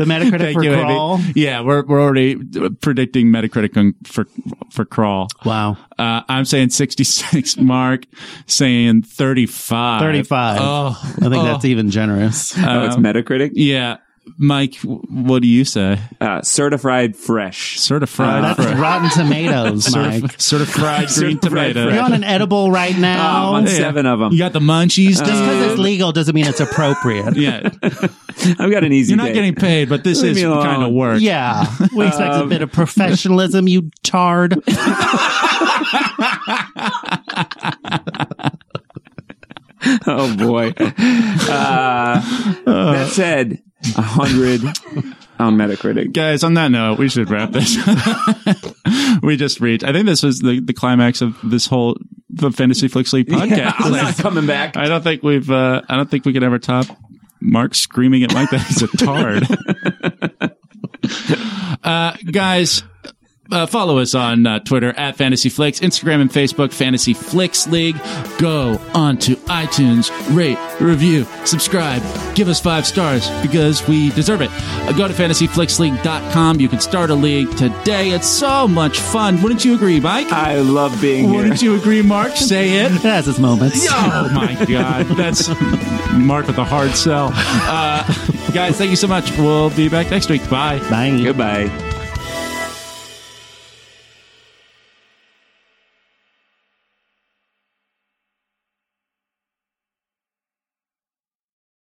Metacritic Thank for you, crawl. Amy. Yeah, we're we're already predicting Metacritic on, for for crawl. Wow, Uh, I'm saying 66. *laughs* Mark saying 35. thirty five. Oh, I think that's even generous. Oh, it's Metacritic. Yeah. Mike, w- what do you say? Uh, certified fresh. Certified *laughs* That's *laughs* fr- Rotten Tomatoes, *laughs* Mike. Oh, certified green Certified tomato. You're fresh. on an edible right I'm now. on Just seven of Uh, them. You got the munchies, because it's dude. legal doesn't mean it's *laughs* appropriate. *laughs* yeah. I've got an easy. You're not day. getting paid, but this Leave is me alone. kind of work. Yeah, we expect a bit of professionalism, you tard. *laughs* Oh boy. Uh, that said, a hundred on Metacritic. Guys, on that note, we should wrap this. *laughs* we just reached. I think this was the, the climax of this whole the Fantasy Flicks *laughs* League podcast. I'm not coming back. I don't think we've. Uh, I don't think we could ever top Mark screaming at Mike that he's a tard. uh, guys. Uh, follow us on uh, Twitter at Fantasy Flicks, Instagram and Facebook, Fantasy Flicks League. Go on to iTunes, rate, review, subscribe, give us five stars because we deserve it. Uh, go to fantasyflicksleague.com. You can start a league today. It's so much fun. Wouldn't you agree, Mike? I love being here. Wouldn't you agree, Mark? Say it. It has its *laughs* moments. Oh my God. That's Mark with a hard sell. Uh, guys, thank you so much. We'll be back next week. Bye. Bye. Goodbye.